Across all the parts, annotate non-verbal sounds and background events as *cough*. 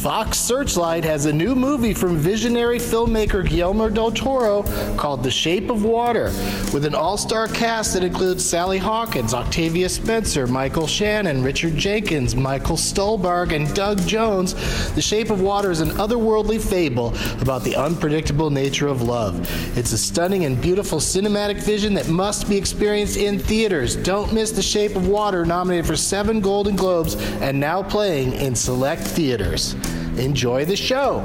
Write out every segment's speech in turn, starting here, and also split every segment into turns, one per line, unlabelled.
Fox Searchlight has a new movie from visionary filmmaker Guillermo del Toro called The Shape of Water, with an all star cast that includes Sally Hawkins, Octavia Spencer, Michael Shannon, Richard Jenkins, Michael Stolberg, and Doug Jones. The Shape of Water is an otherworldly fable about the unpredictable nature of love. It's a stunning and beautiful cinematic vision that must be experienced in theaters. Don't miss The Shape of Water, nominated for seven Golden Globes and now playing in select theaters. Enjoy the show.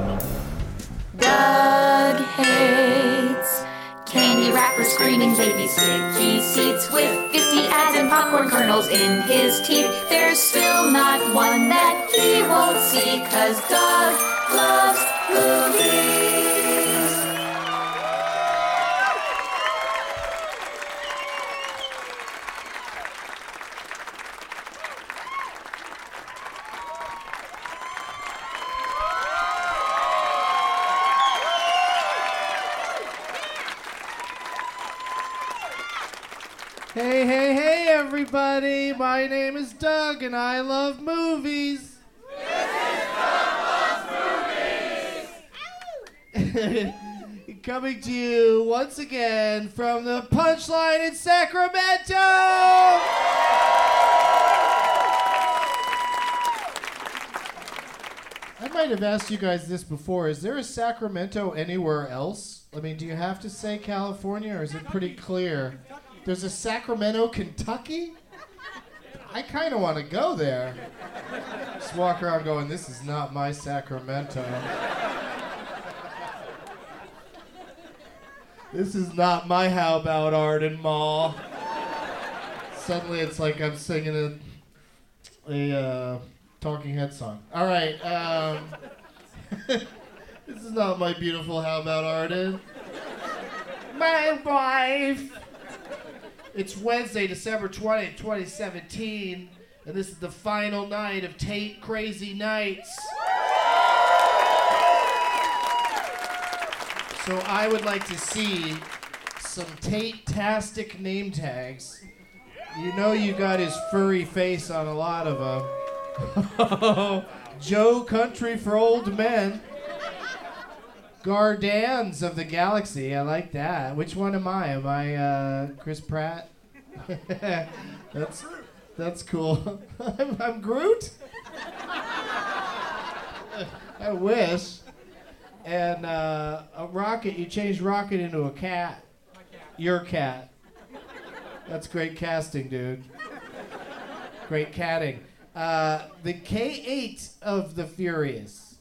Doug hates candy wrappers, screaming baby sticky seats with 50 ads and popcorn kernels in his teeth. There's still not one that he won't see, cause Doug loves movies.
Hey, hey, hey, everybody! My name is Doug, and I love movies. This is Doug Loves Movies. *laughs* Coming to you once again from the Punchline in Sacramento. I might have asked you guys this before. Is there a Sacramento anywhere else? I mean, do you have to say California, or is it pretty clear? There's a Sacramento, Kentucky? I kind of want to go there. Just walk around going, this is not my Sacramento. this is not my How About Arden Mall. Suddenly it's like I'm singing a a uh, Talking Head song. All right. Um, *laughs* this is not my beautiful How About Arden. My wife. It's Wednesday, December 20th, 2017, and this is the final night of Tate Crazy Nights.
So I would like to see some Tate-tastic name tags. You know you got his furry face on a lot of them. *laughs* Joe Country for Old Men. Gardans of the Galaxy. I like that. Which one am I? Am I uh, Chris Pratt? *laughs* that's that's cool. *laughs* I'm, I'm Groot. *laughs* I wish. And uh, a rocket. You changed rocket into a cat. Your cat. That's great casting, dude. Great catting. Uh, the K8 of the Furious.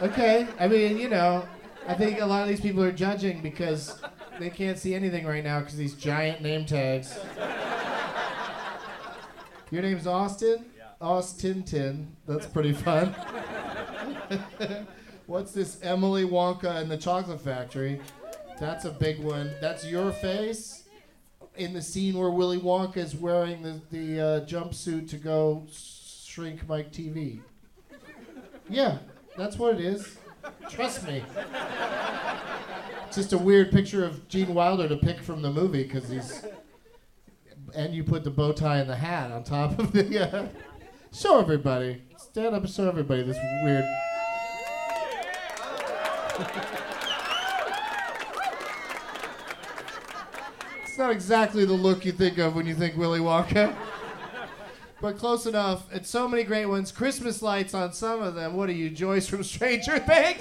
Okay, I mean, you know, I think a lot of these people are judging because they can't see anything right now because these giant name tags. Your name's Austin? Austin Tin. That's pretty fun. *laughs* What's this Emily Wonka and the Chocolate Factory? That's a big one. That's your face in the scene where Willy Wonka is wearing the, the uh, jumpsuit to go s- shrink Mike TV. Yeah, that's what it is. Trust me. It's just a weird picture of Gene Wilder to pick from the movie because he's. And you put the bow tie and the hat on top of the. *laughs* Uh, show everybody. Stand up and show everybody this weird. it's not exactly the look you think of when you think Willy Wonka but close enough. It's so many great ones. Christmas lights on some of them. What are you, Joyce from Stranger *laughs* Things?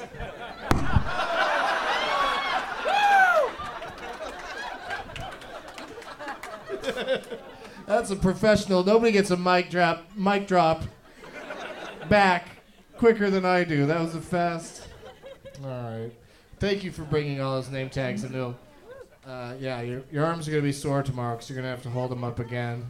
That's a professional. Nobody gets a mic drop, mic drop back quicker than I do. That was a fast. All right. Thank you for bringing all those name tags into. Uh, yeah, your, your arms are gonna be sore tomorrow because you're gonna have to hold them up again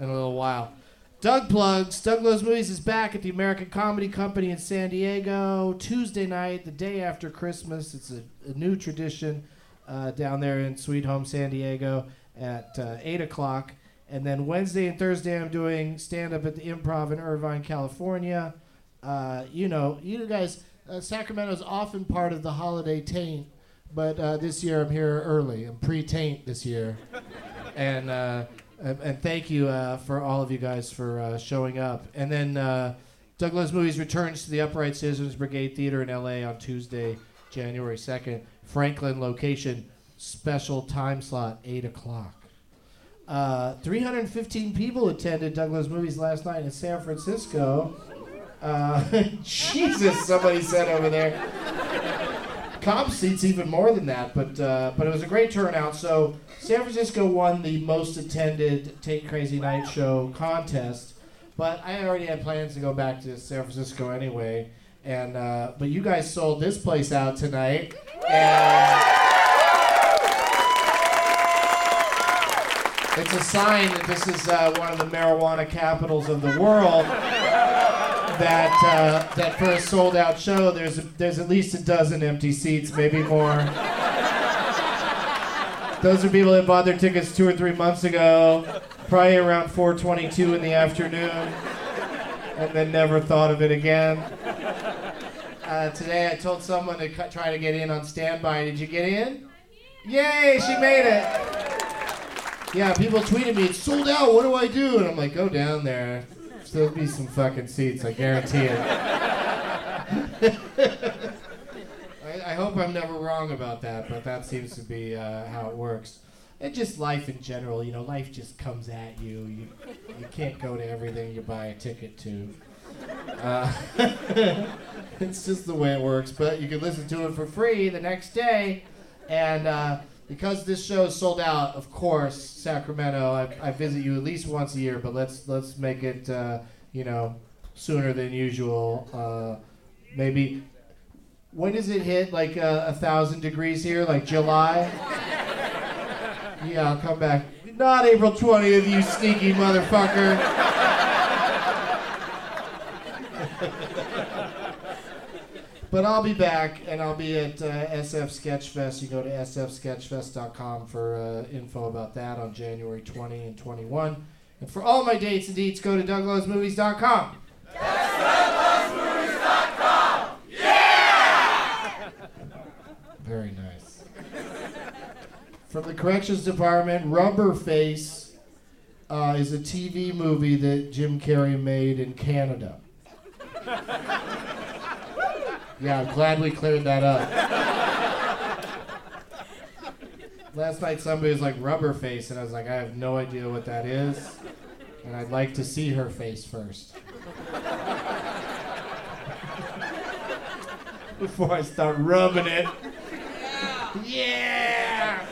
in a little while. Doug plugs. Doug Loves Movies is back at the American Comedy Company in San Diego Tuesday night, the day after Christmas. It's a, a new tradition uh, down there in Sweet Home San Diego at uh, 8 o'clock. And then Wednesday and Thursday, I'm doing stand up at the Improv in Irvine, California. Uh, you know, you guys, uh, Sacramento's often part of the holiday taint, but uh, this year I'm here early. I'm pre taint this year and uh, and and thank you uh, for all of you guys for uh, showing up. And then uh, Douglas Movies returns to the Upright Citizens Brigade Theater in L.A. on Tuesday, January second. Franklin location, special time slot, eight o'clock. Uh, 315 people attended Douglas Movies last night in San Francisco. Uh, *laughs* Jesus, somebody said over there comp seats even more than that. But uh, but it was a great turnout. So San Francisco won the most attended Take Crazy Night Show contest. But I already had plans to go back to San Francisco anyway. And uh, but you guys sold this place out tonight. And It's a sign that this is uh, one of the marijuana capitals of the world that uh, that for a sold out show, there's there's at least a dozen empty seats, maybe more. Those are people that bought their tickets two or three months ago, probably around 4:22 in the afternoon, and then never thought of it again. Uh, today, I told someone to cut, try to get in on standby. Did you get in? Yay! She made it. Yeah, people tweeted me, it's sold out, what do I do? And I'm like, go down there. There'll be some fucking seats, I guarantee it. *laughs* I, I hope I'm never wrong about that, but that seems to be uh, how it works. And just life in general, you know, life just comes at you. You, you can't go to everything you buy a ticket to. Uh, *laughs* it's just the way it works, but you can listen to it for free the next day. And uh, because this show is sold out, of course, Sacramento, I, I visit you at least once a year. But let's let's make it uh, you know sooner than usual. Uh, maybe when does it hit like uh, a thousand degrees here? Like July? yeah, I'll come back. Not April twentieth, you sneaky motherfucker. But I'll be back, and I'll be at uh, SF Sketchfest. You go to sfsketchfest.com for uh, info about that on January 20 and 21. And for all my dates and deets, go to douglasmovies.com. That's douglasmovies.com. *laughs* Very nice. From the corrections department, Rubber Face uh, is a TV movie that Jim Carrey made in Canada. yeah, I'm glad we cleared that up. Last night somebody was like Rubber Face, and I was like, I have no idea what that is, and I'd like to see her face first. before I start rubbing it. Yeah.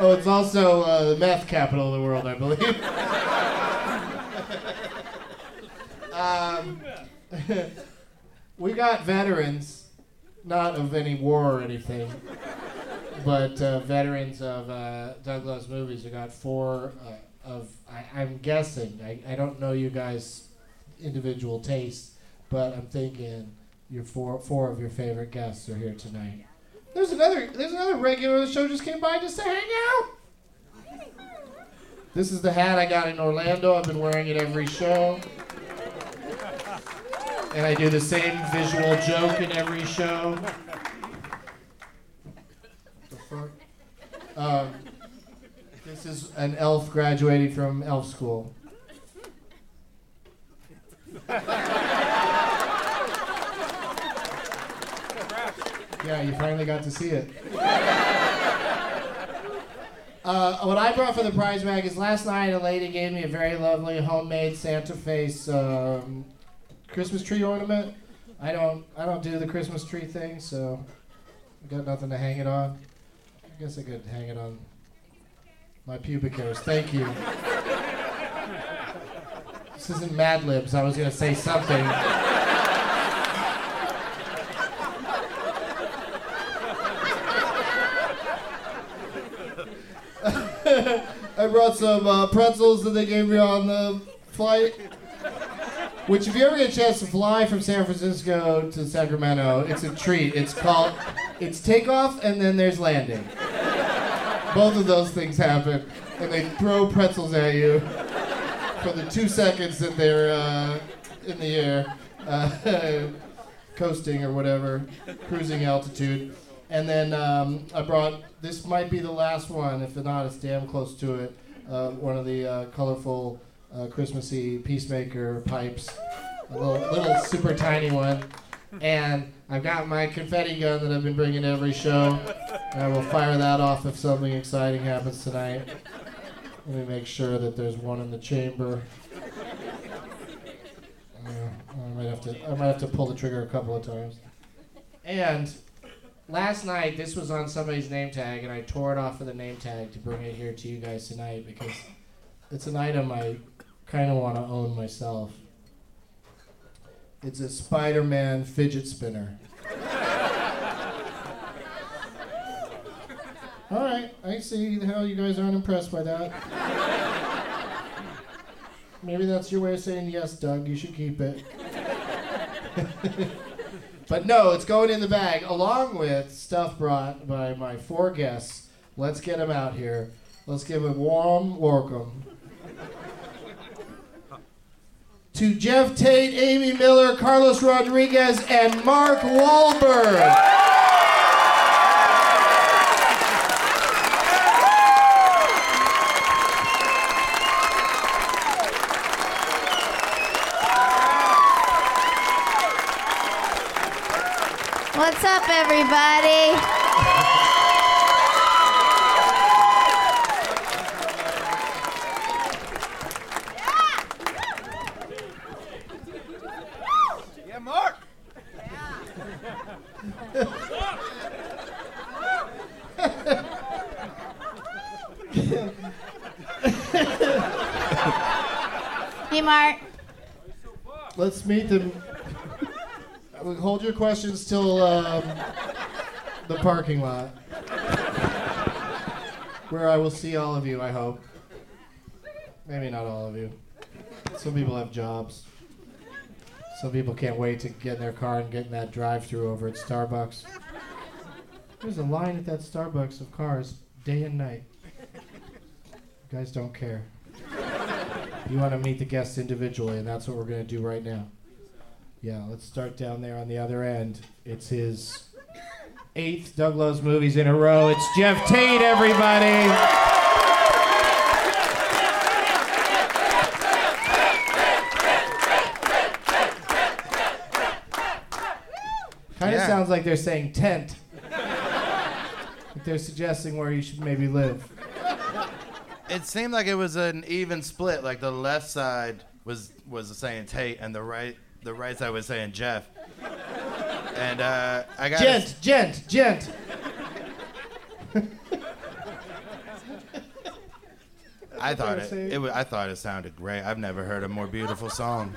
Oh, it's also uh, the meth capital of the world, I believe. um, we got veterans, not of any war or anything, but uh, veterans of uh, Douglas movies. We got four uh, of, I, I'm guessing, I, I don't know you guys' individual tastes, but I'm thinking your four four of your favorite guests are here tonight. There's another there's another regular of the show just came by just to hang out. This is the hat I got in Orlando. I've been wearing it every show. And I do the same visual joke in every show. The fuck? Um, this is an elf graduating from elf school. Yeah, you finally got to see it. Uh, what I brought for the prize bag is last night a lady gave me a very lovely homemade Santa face um, Christmas tree ornament. I don't I don't do the Christmas tree thing, so I got nothing to hang it on. I guess I could hang it on my pubic hairs. Thank you. this isn't Mad Libs. I was gonna say something. *laughs* I brought some uh, pretzels that they gave me on the flight. Which, if you ever get a chance to fly from San Francisco to Sacramento, it's a treat. It's called, it's takeoff and then there's landing. Both of those things happen, and they throw pretzels at you for the two seconds that they're uh, in the air, uh, *laughs* coasting or whatever, cruising altitude. And then um, I brought this might be the last one. If not, it's damn close to it. Uh, one of the uh, colorful uh, Christmassy peacemaker pipes, a little, little super tiny one. And I've got my confetti gun that I've been bringing to every show. And I will fire that off if something exciting happens tonight. Let me make sure that there's one in the chamber. Uh, I might have to. I might have to pull the trigger a couple of times. And last night this was on somebody's name tag and I tore it off of the name tag to bring it here to you guys tonight because it's an item I kind of want to own myself. It's a Spider-Man fidget spinner. *laughs* All right, I see how you guys aren't impressed by that. Maybe that's your way of saying yes, Doug. You should keep it. *laughs* But no, it's going in the bag along with stuff brought by my four guests. Let's get them out here. Let's give a warm welcome to Jeff Tate, Amy Miller, Carlos Rodriguez, and Mark Wahlberg.
What's up, everybody?
Yeah, Mark.
Hey, Mark.
Let's meet them. We'll Hold your questions till um, the parking lot, where I will see all of you. I hope. Maybe not all of you. Some people have jobs. Some people can't wait to get in their car and get in that drive-through over at Starbucks. There's a line at that Starbucks of cars day and night. You guys don't care. You want to meet the guests individually, and that's what we're going to do right now. Yeah, let's start down there on the other end. It's his eighth Doug Loves movies in a row. It's Jeff Tate, everybody. Kind of
Yeah.
sounds like they're saying tent. like they're suggesting where you should maybe live.
It seemed like it was an even split. Like the left side was was saying Tate, and the right the right side was saying Jeff. And uh, I got
Gent, gent, gent.
I thought it, it wa- I thought it sounded great. I've never heard a more beautiful song.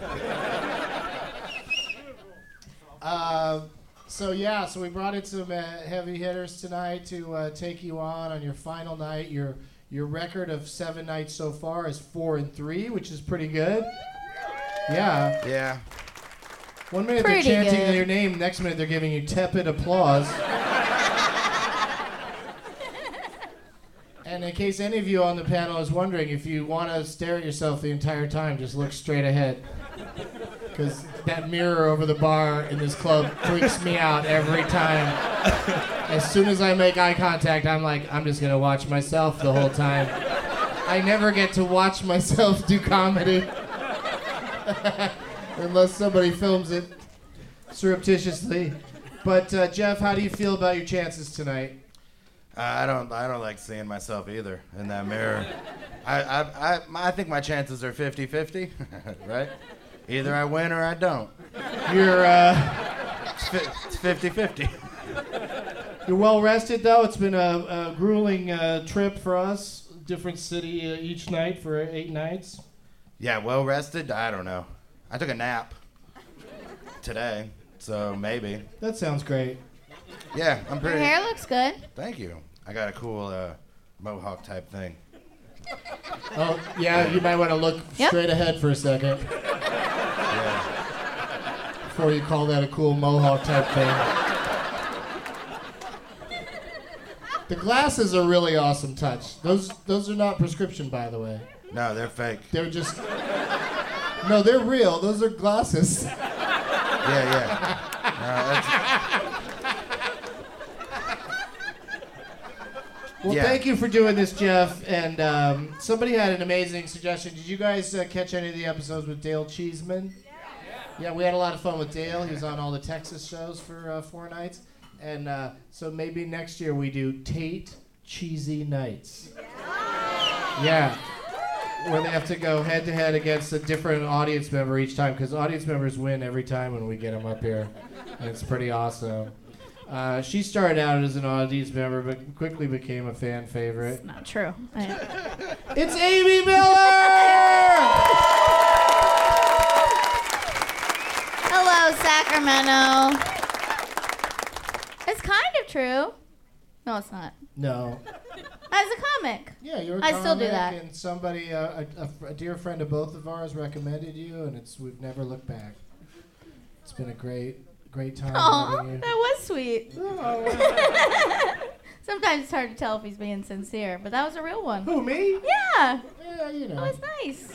So yeah, so we brought in some uh, heavy hitters tonight to uh, take you on on your final night. Your your record of seven nights so far is four and three, which is pretty good. Yeah,
Yeah.
one minute
Pretty
they're chanting
good.
your name, next minute they're giving you tepid applause. and in case any of you on the panel is wondering, if you want to stare at yourself the entire time, just look straight ahead. Because that mirror over the bar in this club freaks me out every time. As soon as I make eye contact, I'm like, I'm just going to watch myself the whole time. I never get to watch myself do comedy unless somebody films it surreptitiously. But uh, Jeff, how do you feel about your chances tonight?
Uh, I don't. I don't like seeing myself either in that mirror. I, I, I, I think my chances are 50-50, *laughs* right? Either I win or I don't.
You're uh,
It's fi- It's *laughs* 50-50.
you're well rested though. It's been a, a grueling uh, trip for us. Different city uh, each night for eight nights.
Yeah, well rested. I don't know. I took a nap today, so maybe.
That sounds great.
Yeah, I'm
Your
pretty.
hair looks good.
Thank you. I got a cool uh, mohawk type thing.
Oh yeah, you might want to look
Yep.
straight ahead for a second
Yeah.
before you call that a cool mohawk type thing. The glasses are really awesome touch. Those those are not prescription, by the way.
No, they're fake.
They're just. No, they're real. Those are glasses.
Yeah, yeah.
Well,
Yeah.
thank you for doing this, Jeff. And um, somebody had an amazing suggestion. Did you guys uh, catch any of the episodes with Dale Cheeseman? Yeah, we had a lot of fun with Dale. He was on all the Texas shows for uh, four nights. And uh, so maybe next year we do Tate Cheesy Nights. Yeah. Where they have to go head to head against a different audience member each time because audience members win every time when we get them up here. And it's pretty awesome. Uh, she started out as an audience member but quickly became a fan favorite.
Not true. I-
It's Amy Miller!
Hello, Sacramento. It's kind of true. No, it's not.
no.
As a comic.
Yeah, you're. I
I still do that.
And somebody, uh, a, a fr- a dear friend of both of ours, recommended you, and it's we've never looked back. It's been a great, great time
Aw,
having you.
that was sweet. *laughs* Sometimes it's hard to tell if he's being sincere, but that was a real one.
Who me?
Yeah,
Yeah, you know.
that was nice.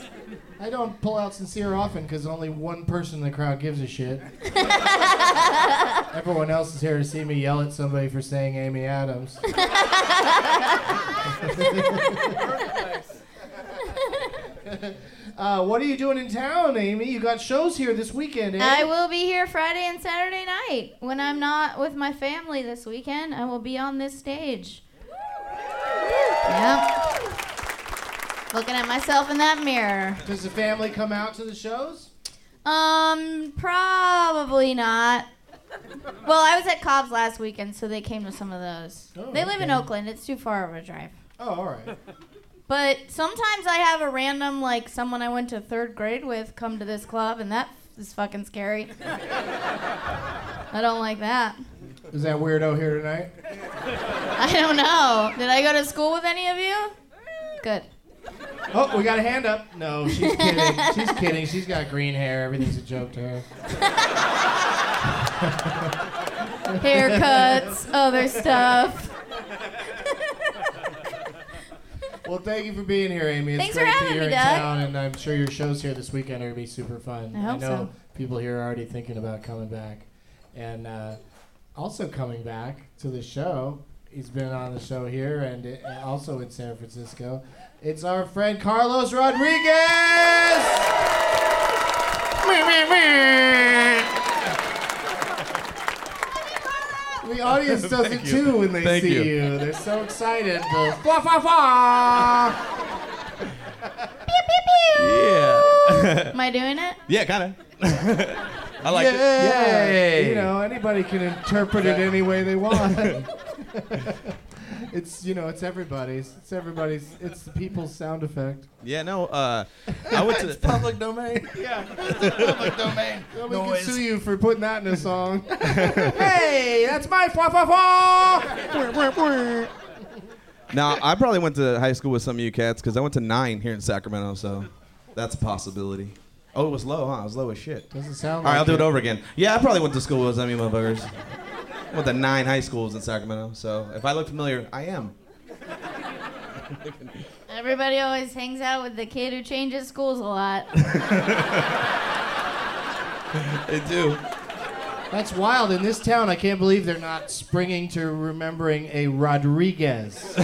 I don't pull out sincere often because only one person in the crowd gives a shit. Everyone else is here to see me yell at somebody for saying Amy Adams. *laughs* uh, what are you doing in town, Amy? You got shows here this weekend, eh?
I will be here Friday and Saturday night. When I'm not with my family this weekend, I will be on this stage. Yep. Looking at myself in that mirror.
Does the family come out to the shows?
Um, probably not. Well, I was at Cobb's last weekend, so they came to some of those.
Oh,
they live in
okay.
Oakland. It's too far of a drive.
Oh, all right.
But sometimes I have a random, like, someone I went to third grade with come to this club, and that is
*laughs*
fucking scary. I don't like that.
Is that weirdo here tonight?
I don't know. Did I go to school with any of you? Good.
Oh, we got a hand up. No, she's kidding. she's kidding. She's got green hair. Everything's a joke to her.
Haircuts, other stuff.
Well, thank you for being here, Amy. It's
Thanks
great
for having
that you're
me,
in
Doug.
town, and I'm sure your shows here this weekend are going to be super fun.
I hope
know
so.
people here are already thinking about coming back. And uh, also coming back to the show. He's been on the show here and uh, also in San Francisco. It's our friend Carlos Rodriguez. The
*laughs*
audience does it
Thank you.
too when they
Thank
see
you.
you. They're so excited. The fa fa fa.
Yeah.
Am I doing it?
*laughs* Yeah, kind of. *laughs* I like it.
Yeah, you know anybody can interpret it any way they want. *laughs* it's you know it's everybody's. It's everybody's. It's the people's sound effect.
Yeah, no, uh, I went to the, *laughs*
Public domain. Yeah. public domain.
We
Noise.
can sue you for putting that in a song. *laughs* hey, that's my fa fa fa.
Now, I probably went to high school with some of you cats because I went to nine here in Sacramento, so that's a possibility. Oh, it was low, huh? It was low as shit. All
Doesn't sound.
right, I'll
like
do it over again. Yeah, I probably went to school with some of you motherfuckers. I went to nine high schools in Sacramento, so if I look familiar, I am.
Everybody always hangs out with the kid who changes schools a lot.
I do.
That's wild. In this town, I can't believe they're not springing to remembering a Rodriguez.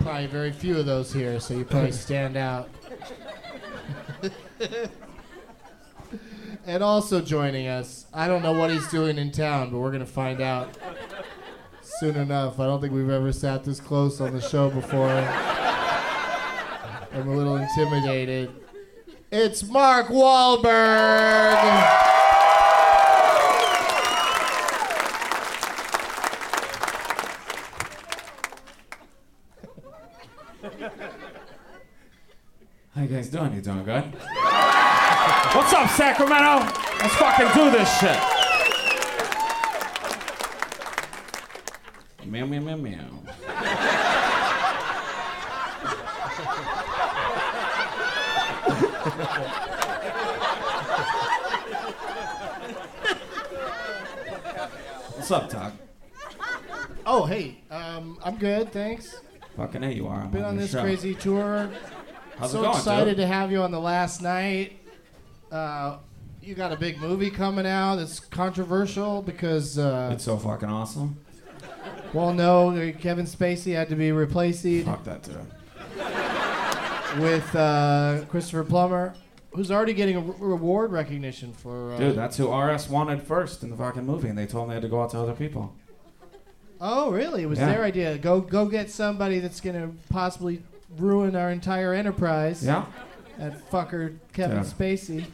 probably very few of those here, so you probably stand out. and also joining us, I don't know what he's doing in town, but we're going to find out soon enough. I don't think we've ever sat this close on the show before. I'm a little intimidated. It's Mark Wahlberg.
How you guys doing? You doing good? What's up, Sacramento? Let's fucking do this shit. Meow, meow, meow, meow. What's up, Todd?
Oh, hey, um, I'm good, thanks.
Fucking A, you are. I'm
Been on
your
this
show.
crazy tour.
How's
so
it going,
excited
dude?
to have you on the last night. Uh, you got a big movie coming out that's controversial because, uh,
It's so fucking awesome.
well, no, Kevin Spacey had to be replaced
Fuck that, dude.
with uh, Christopher Plummer, who's already getting a re- reward recognition for. Uh,
Dude, that's who RS wanted first in the fucking movie, and they told him they had to go out to other people.
Oh, really? It was
Yeah.
their idea. Go, go get somebody that's going to possibly ruin our entire enterprise.
Yeah?
That fucker Kevin
Yeah.
Spacey.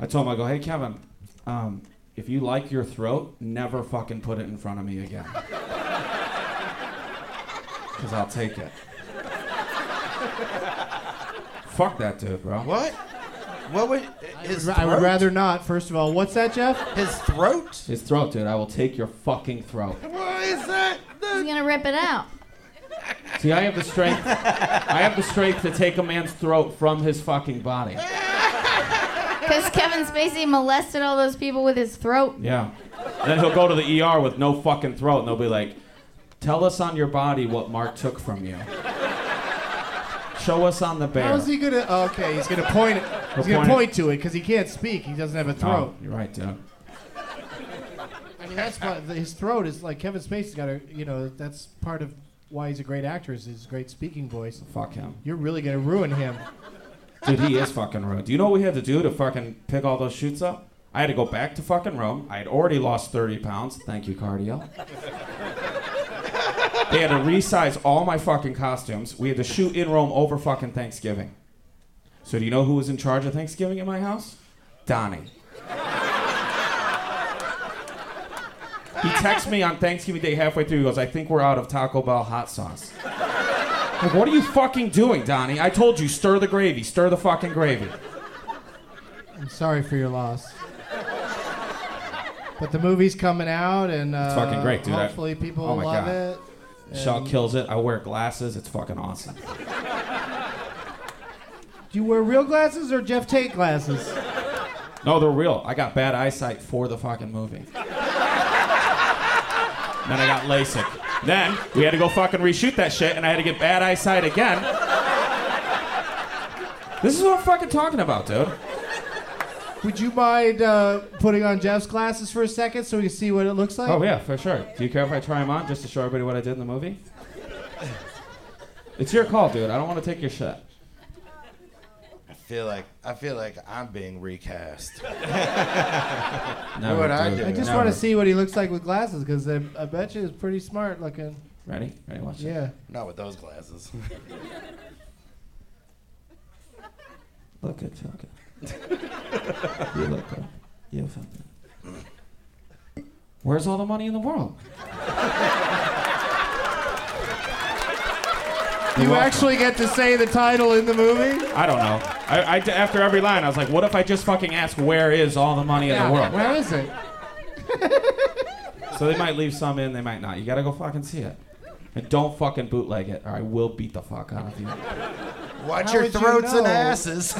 I told him, I go, hey, Kevin, um, if you like your throat, never fucking put it in front of me again. *laughs* Because I'll take it. *laughs* Fuck that dude, bro.
What? What would his
I would
throat?
rather not. First of all, what's that, Jeff?
his throat?
His throat, dude. I will take your fucking throat.
Why is that?
He's
The,
gonna rip it out.
See, I have the strength. I have the strength to take a man's throat from his fucking body.
Because Kevin Spacey molested all those people with his throat.
Yeah. And then he'll go to the ER with no fucking throat, and they'll be like, "Tell us on your body what Mark took from you. Show us on the bear."
How's he gonna? oh, okay, he's gonna point. He's gonna
point
point
it.
to it because he can't speak. He doesn't have a
Oh,
throat.
you're right, dude.
I mean, that's why his throat is like Kevin Spacey's got a. You know, that's part of why he's a great actor is his great speaking voice.
Fuck him.
You're really gonna ruin him.
Dude, he is fucking rude. Do you know what we had to do to fucking pick all those shoots up? I had to go back to fucking Rome. I had already lost 30 pounds. Thank you, cardio. they had to resize all my fucking costumes. We had to shoot in Rome over fucking Thanksgiving. So do you know who was in charge of Thanksgiving at my house? Donnie. He texts me on Thanksgiving Day halfway through. He goes, I think we're out of Taco Bell hot sauce. Like, what are you fucking doing, Donnie? I told you, stir the gravy, stir the fucking gravy.
I'm sorry for your loss. But the movie's coming out, and uh,
fucking great, dude. I-
Hopefully, people
oh my
love
God.
it.
Shaw kills it. I wear glasses. It's fucking awesome.
Do you wear real glasses or Jeff Tate glasses?
No, they're real. I got bad eyesight for the fucking movie. then I got LASIK. Then we had to go fucking reshoot that shit, and I had to get bad eyesight again. This is what I'm fucking talking about, dude.
Would you mind uh, putting on Jeff's glasses for a second so we can see what it looks like?
Oh yeah, for sure. Do you care if I try them on just to show everybody what I did in the movie? It's your call, dude. I don't want to take your shot.
I feel like I feel like I'm being recast.
Never,
would I
dude.
do?
I just
Never.
want to see what he looks like with glasses because I, I bet you it's pretty smart looking.
Ready? Ready? Watch it.
Yeah.
Not with
*laughs*
those glasses.
Look good, feel good. you look good. You feel good. Where's all the money in the world?
You actually get to say the title in the movie?
I don't know. I, I- after every line, I was like, what if I just fucking ask where is all the money in the world?
Where is it?
So they might leave some in, they might not. You gotta go fucking see it. And don't fucking bootleg it, or I will beat the fuck out of you.
Watch
How
your
would you
throats and
know?
asses.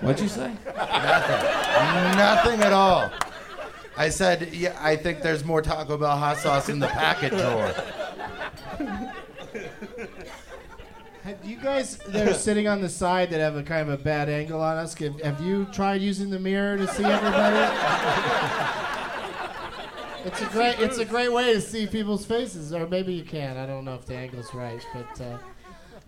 What'd you say?
Nothing at all. I said, yeah, I think there's more Taco Bell hot sauce in the packet drawer.
Have you guys that are sitting on the side that have a kind of a bad angle on us, have, have you tried using the mirror to see *laughs* everybody? It's a great, it's a great way to see people's faces, or maybe you can. I don't know if the angle's right, but uh,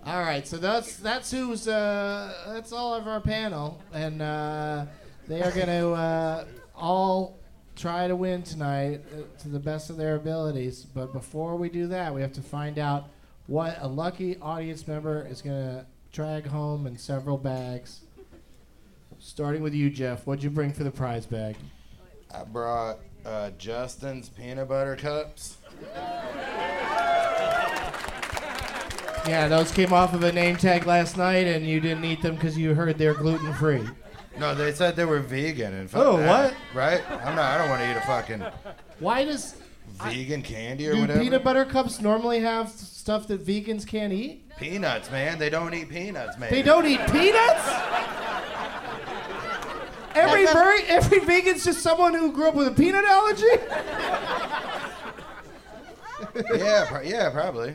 all right. So that's that's who's uh, that's all of our panel, and uh, they are going to uh, all try to win tonight uh, to the best of their abilities. But before we do that, we have to find out what a lucky audience member is going to drag home in several bags. Starting with you, Jeff. What'd you bring for the prize bag?
I brought uh, Justin's peanut butter cups.
Yeah, those came off of a name tag last night, and you didn't eat them because you heard they're gluten free.
No, they said they were vegan and fuck
Oh,
that,
what?
Right? I'm not. I don't want to eat a fucking
Why does
vegan candy or
do
whatever.
peanut butter cups normally have s- stuff that vegans can't eat?
Peanuts, man. They don't eat peanuts, man.
They don't eat peanuts. Every ver- every vegan's just someone who grew up with a peanut allergy.
Yeah, pro- yeah, probably.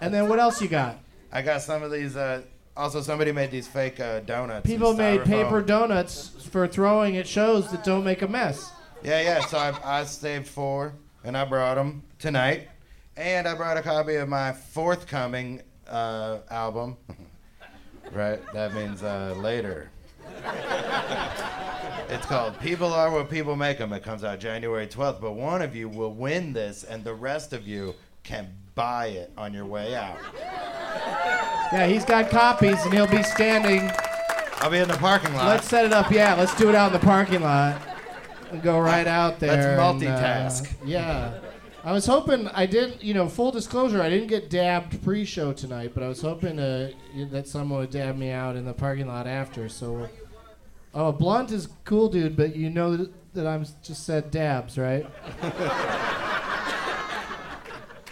And then what else you got?
I got some of these. Uh, also, somebody made these fake uh, donuts. in
People made
styrofoam.
paper donuts for throwing at shows that don't make a mess.
Yeah, yeah. So I, I saved four, and I brought them tonight, and I brought a copy of my forthcoming uh, album. *laughs* right, that means uh, later. *laughs* it's called "People Are What People Make Them." It comes out January 12th, but one of you will win this, and the rest of you can buy it on your way out.
Yeah, he's got copies and he'll be standing.
I'll be in the parking lot.
Let's set it up. Yeah, let's do it out in the parking lot. And go right out there. and, uh,
multitask.
yeah. I was hoping I didn't, you know, full disclosure, I didn't get dabbed pre-show tonight, but I was hoping uh, y- that someone would dab me out in the parking lot after. So, oh, blunt is cool, dude, but you know th- that I'm s- just said dabs, right?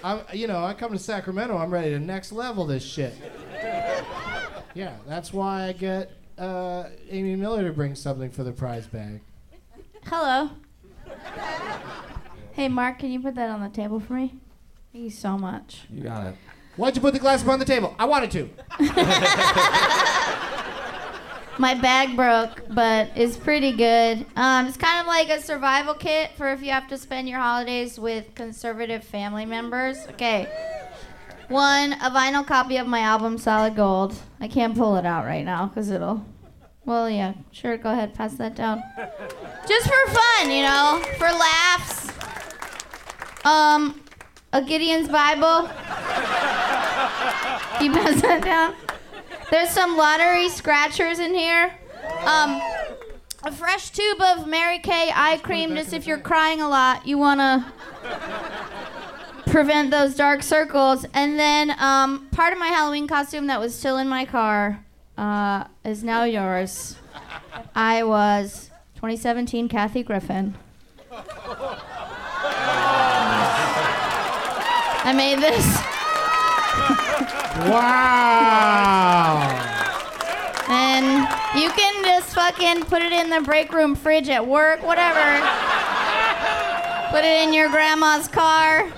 I'm, you know, I come to Sacramento, I'm ready to next level this shit. Yeah, that's why I get uh, Amy Miller to bring something for the prize bag.
Hello. hey, Mark, can you put that on the table for me? Thank you so much.
You got it.
Why'd you put the glass upon the table? I wanted to.
My bag broke, but it's pretty good. Um, it's kind of like a survival kit for if you have to spend your holidays with conservative family members. Okay. One, a vinyl copy of my album Solid Gold. I can't pull it out right now because it'll. Well, yeah, sure, go ahead, pass that down. Just for fun, you know, for laughs. Um, a Gideon's Bible. Can you pass that down? There's some lottery scratchers in here. Um, a fresh tube of Mary Kay eye cream, just if you're crying a lot, you want to prevent those dark circles. And then um, part of my Halloween costume that was still in my car uh, is now yours. I was 2017 Kathy Griffin. I made this.
Wow.
And you can just fucking put it in the break room fridge at work, whatever. put it in your grandma's car.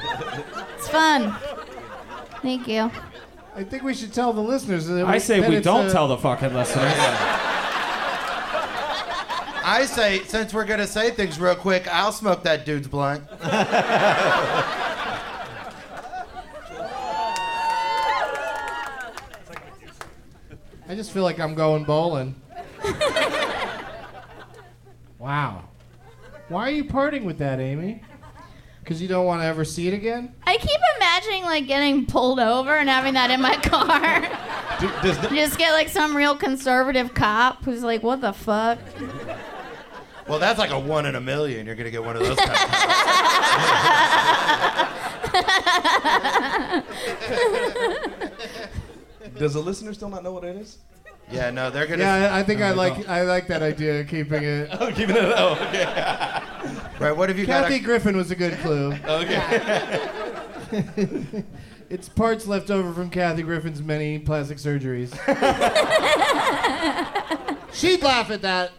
It's fun. Thank you.
I think we should tell the listeners that.
I say
that
we
it's uh,
don't
a-
tell the fucking listeners.
I say, since we're gonna say things real quick, I'll smoke that dude's blunt.
I just feel like I'm going bowling. wow. Why are you parting with that, Amy? Because you don't want to ever see it again?
I keep imagining like getting pulled over and having that in my *laughs* car.
Does
You just get like some real conservative cop who's like, "What the fuck?"
Well, that's like a one in a million. You're gonna get one of those. Kind
*laughs*
does the listener still not know what it is?
yeah, no, they're gonna.
Yeah, I, I think I like I like that idea of keeping it.
Oh, keeping it up.
*laughs* Right? What have you got?
Kathy Griffin was a good
*laughs*
clue.
Okay.
*laughs* It's parts left over from Kathy Griffin's many plastic
*laughs*
surgeries. She'd laugh at that.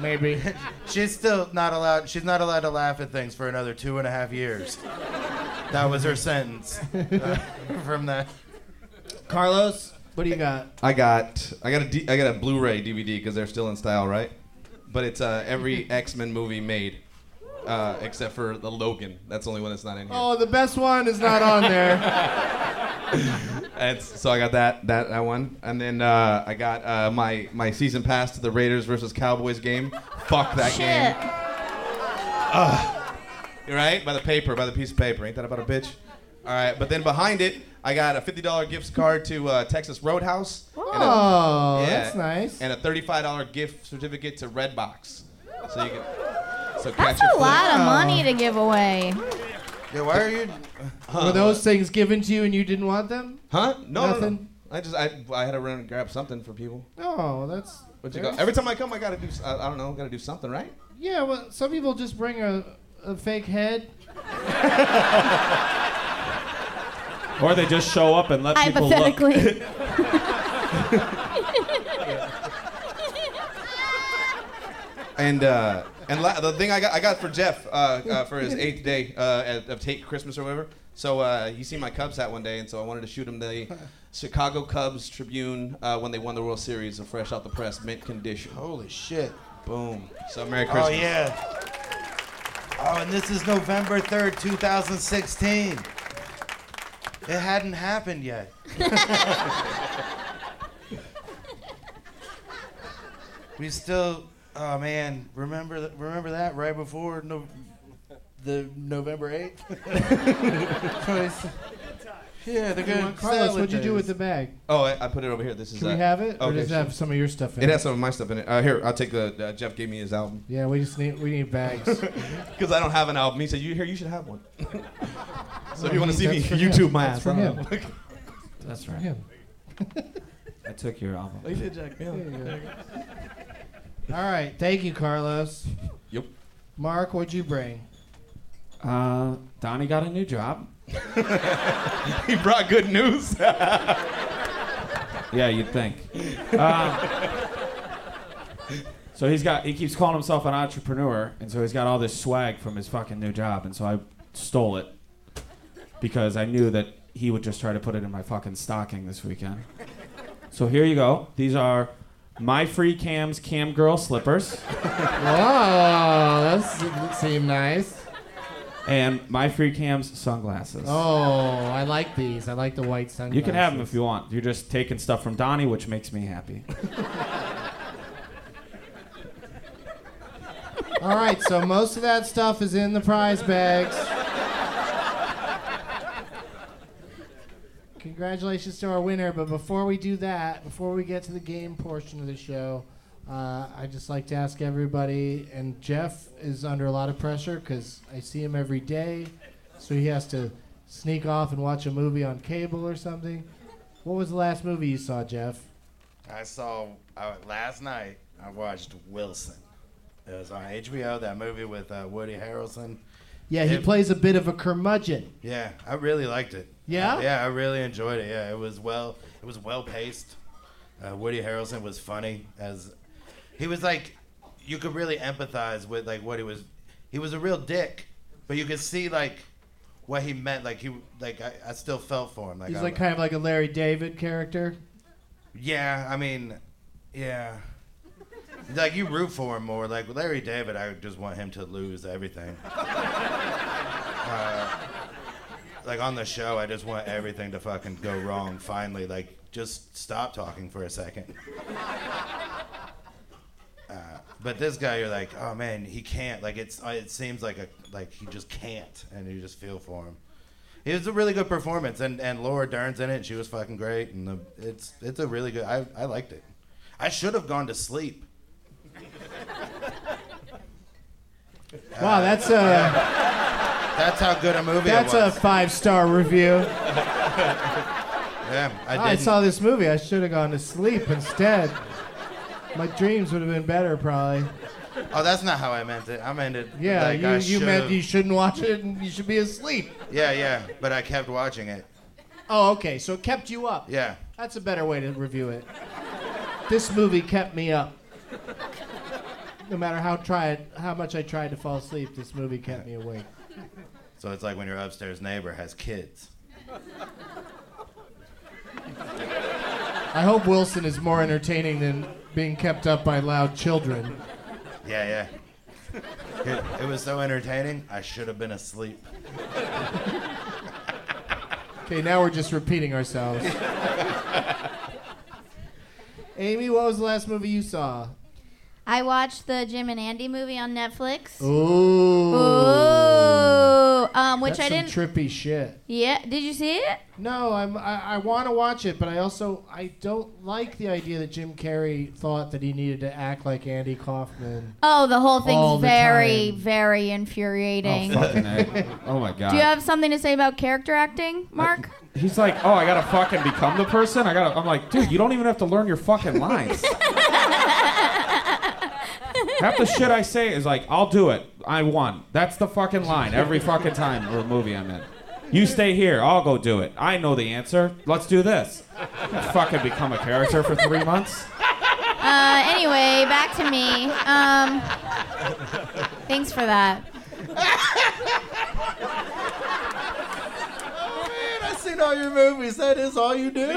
Maybe.
She's still not allowed. She's not allowed to laugh at things for another two and a half years. That was her sentence uh, *laughs* from that.
Carlos, what do you got?
I got I got a D, I got a Blu-ray DVD because they're still in style, right? But it's uh,
*laughs*
every X-Men movie made, uh, except for the Logan. That's the only one that's not in here.
*laughs* Oh, the best one is not on
*laughs*
there.
And s- so I got that that that one, and then uh, I got uh, my my season pass to the Raiders versus Cowboys game.
*laughs*
Fuck that
Shit.
game. You're right by the paper, by the piece of paper. Ain't that about a bitch? All right, but then behind it, I got a $50 gift card to uh, Texas Roadhouse. and a-
Oh,
Yeah.
that's nice.
And a thirty-five dollar gift certificate to Redbox. So you can. So catch
That's
your
a lot of
Wow.
money to give away.
Yeah, why are you?
uh,
Were those things given to you and you didn't want them?
Huh? No, no, no.
Nothing.
I just I, I had to run and grab something for people.
Oh, that's.
What you got? Every time I come, I gotta do. s- I, I don't know. Gotta do something, right?
Yeah, well, some people just bring a, a fake head.
Or they just show up and let people look.
Hypothetically,
And uh, and la- the thing I got I got for Jeff uh, uh, for his eighth day uh, at, of take Christmas or whatever. So uh, he seen my Cubs hat one day, and so I wanted to shoot him the Chicago Cubs Tribune uh, when they won the World Series, a fresh out the press mint condition.
Holy shit!
Boom. So Merry Christmas.
Oh yeah. Oh, and this is November third, two thousand sixteen. It hadn't happened yet. *laughs* we still. Oh man, remember th- remember that right before no, the November *laughs* eighth. yeah, they're good.
Carlos, what'd you do with the bag?
Oh, I, I put it over here. This is.
Can
that.
we have it? or
Okay,
does it
sure.
have some of your stuff in
It has some of my stuff in it. Uh, here, I'll take the uh, Jeff gave me his *laughs* album
Yeah, we just need we need bags.
because I don't have an album. He said, "You here, you should have one." *laughs* so if you want to see me,
That's for
YouTube
him.
my
*laughs* That's
ass.
for *laughs* him.
That's
For
right.
him.
*laughs* I took your album.
He did, Jack. Yeah.
All right, thank you, Carlos.
Yep.
Mark, what'd you bring?
Uh, Donnie got a new job.
*laughs* he brought good news.
Yeah, you'd think. Um, so he's got he keeps calling himself an entrepreneur, and so he's got all this swag from his fucking new job, and so I stole it because I knew that he would just try to put it in my fucking stocking this weekend. So here you go. These are my free cams cam girl slippers
Wow, Oh, that seemed nice.
and my free cams sunglasses.
Oh, I like these. I like the white sunglasses.
You can have them if you want. You're just taking stuff from Donnie, which makes me happy.
All right, so most of that stuff is in the prize bags. Congratulations to our winner, but before we do that, before we get to the game portion of the show, uh, I just like to ask everybody, and Jeff is under a lot of pressure because I see him every day, so he has to sneak off and watch a movie on cable or something. What was the last movie you saw, Jeff?
I saw uh, last night. I watched Wilson. It was on HBO. That movie with uh, Woody Harrelson.
Yeah, he
It-
plays a bit of a curmudgeon.
Yeah, I really liked it.
Yeah?
Uh, yeah, I really enjoyed it. Yeah, it was well, it was well paced. Uh, Woody Harrelson was funny as he was like, you could really empathize with like what he was. He was a real dick, but you could see like what he meant. Like he, like I, I still felt for him. Like,
He's
I,
like kind of like a Larry David character.
yeah. I mean, yeah. Like you root for him more. Like Larry David, I just want him to lose everything. Uh, like on the show, I just want everything to fucking go wrong. Finally, like just stop talking for a second. Uh, but this guy, you're like, oh man, he can't. Like it's, uh, it seems like a, like he just can't, and you just feel for him. It was a really good performance, and, and Laura Dern's in it. and She was fucking great, and the, it's it's a really good. I I liked it. I should have gone to sleep.
Wow, Oh, that's a
That's how good a movie
that's
it
a
was.
five star review.
yeah, I did.
I saw this movie. I should have gone to sleep instead. My dreams would have been better, probably.
Oh, that's not how I meant it. I meant it.
Yeah,
like I
you, you meant
should've-
you shouldn't watch it and you should be asleep.
Yeah, yeah, but I kept watching it.
Oh, okay. So it kept you up.
Yeah.
That's a better way to review it. This movie kept me up. No matter how tried, how much I tried to fall asleep, this movie kept me awake.
So it's like when your upstairs neighbor has kids.
I hope Wilson is more entertaining than being kept up by loud children.
Yeah, yeah. It, it was so entertaining. I should have been asleep.
Okay, now we're just repeating ourselves. *laughs* Amy, what was the last movie you saw?
*laughs* I watched the Jim and Andy movie on Netflix.
Ooh.
Ooh. Um, which
Oh. That's
I didn't.
Some trippy shit.
yeah. Did you see it?
No, I'm, I, I want to watch it, but I also I don't like the idea that Jim Carrey thought that he needed to act like Andy Kaufman.
Oh, the whole thing's
All the
very,
time.
very infuriating.
Oh, fucking A. oh my god.
Do you have something to say about character acting,
Uh,
Mark?
He's like, oh, I gotta fucking become the person. I gotta. I'm like, dude, you don't even have to learn your fucking lines. Half the shit I say is like, I'll do it. I won. That's the fucking line every fucking time or movie I'm in. You stay here. I'll go do it. I know the answer. Let's do this. fucking become a character for three months.
Uh, anyway, back to me. Um, thanks for that.
Man, I've seen all your movies. That is all you do.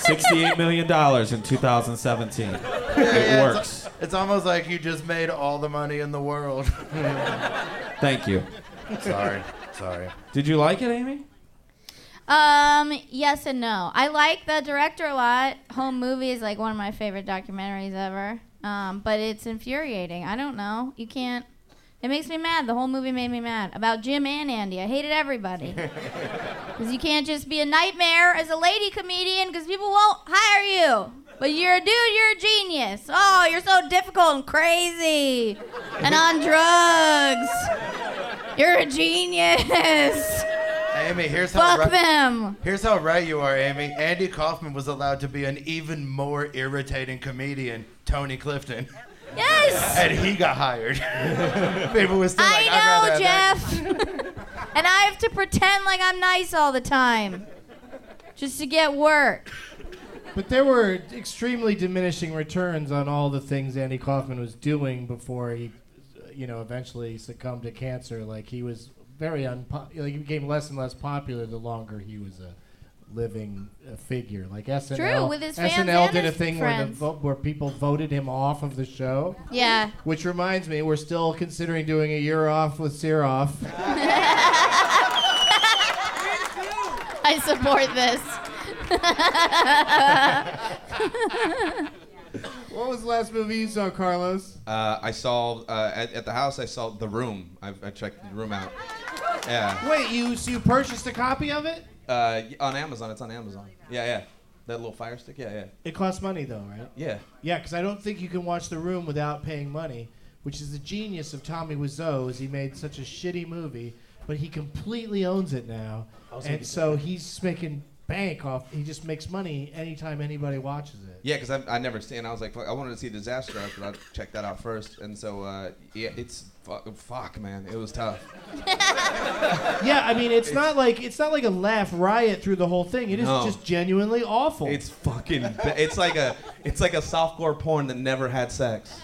68 million dollars in 2017. It
Yeah,
works.
*laughs* It's, it's almost like you just made all the money in the world. *laughs*
Thank you.
sorry, sorry.
Did you like it, Amy?
Um, yes and no. I like the director a lot. Home Movie is like one of my favorite documentaries ever. Um, but it's infuriating. I don't know. You can't. It makes me mad. The whole movie made me mad about Jim and Andy. I hated everybody. Because you can't just be a nightmare as a lady comedian because people won't hire you. But you're a dude, you're a genius. Oh, you're so difficult and crazy and on drugs. You're a genius.
Amy, here's how
Fuck
right,
them.
here's how right you are, Amy. Andy Kaufman was allowed to be an even more irritating comedian, Tony Clifton, *laughs*
Yes!
and he got hired. *laughs* People were still like, I'd
I
rather
know,
have that
Jeff! *laughs* and I have to pretend like I'm nice all the time just to get work.
But there were extremely diminishing returns on all the things Andy Kaufman was doing before he, you know, eventually succumbed to cancer. Like he was very unpo- like he became less and less popular the longer he was a living uh figure. Like SNL,
with his fans
SNL
and
did
his
a thing where the
friends.
vo- where people voted him off of the show.
Yeah.
Which reminds me, we're still considering doing a year off with Siroff.
I support *laughs* this.
what was the last movie you saw, Carlos?
Uh, I saw uh, at, at the house. I saw the room. I, I checked the room out. Yeah.
Wait, you so you purchased a copy of it?
Uh, y- on Amazon. It's on Amazon. Yeah, yeah. That little fire stick. Yeah, yeah.
It costs money though, right?
Yeah.
Yeah, because I don't think you can watch The Room without paying money, which is the genius of Tommy Wiseau, is he made such a shitty movie, but he completely owns it now, and so he's making bank off. He just makes money anytime anybody watches it.
Yeah, because I, I never seen. I was like, fuck, I wanted to see Disaster Artist, but I checked that out first. And so, uh, yeah, it's fuck, fuck, man. It was tough.
Yeah, I mean, it's not like it's not like a laugh riot through the whole thing. It is
No.
just genuinely awful.
It's fucking. ba- It's like a. It's like a softcore porn that never had sex.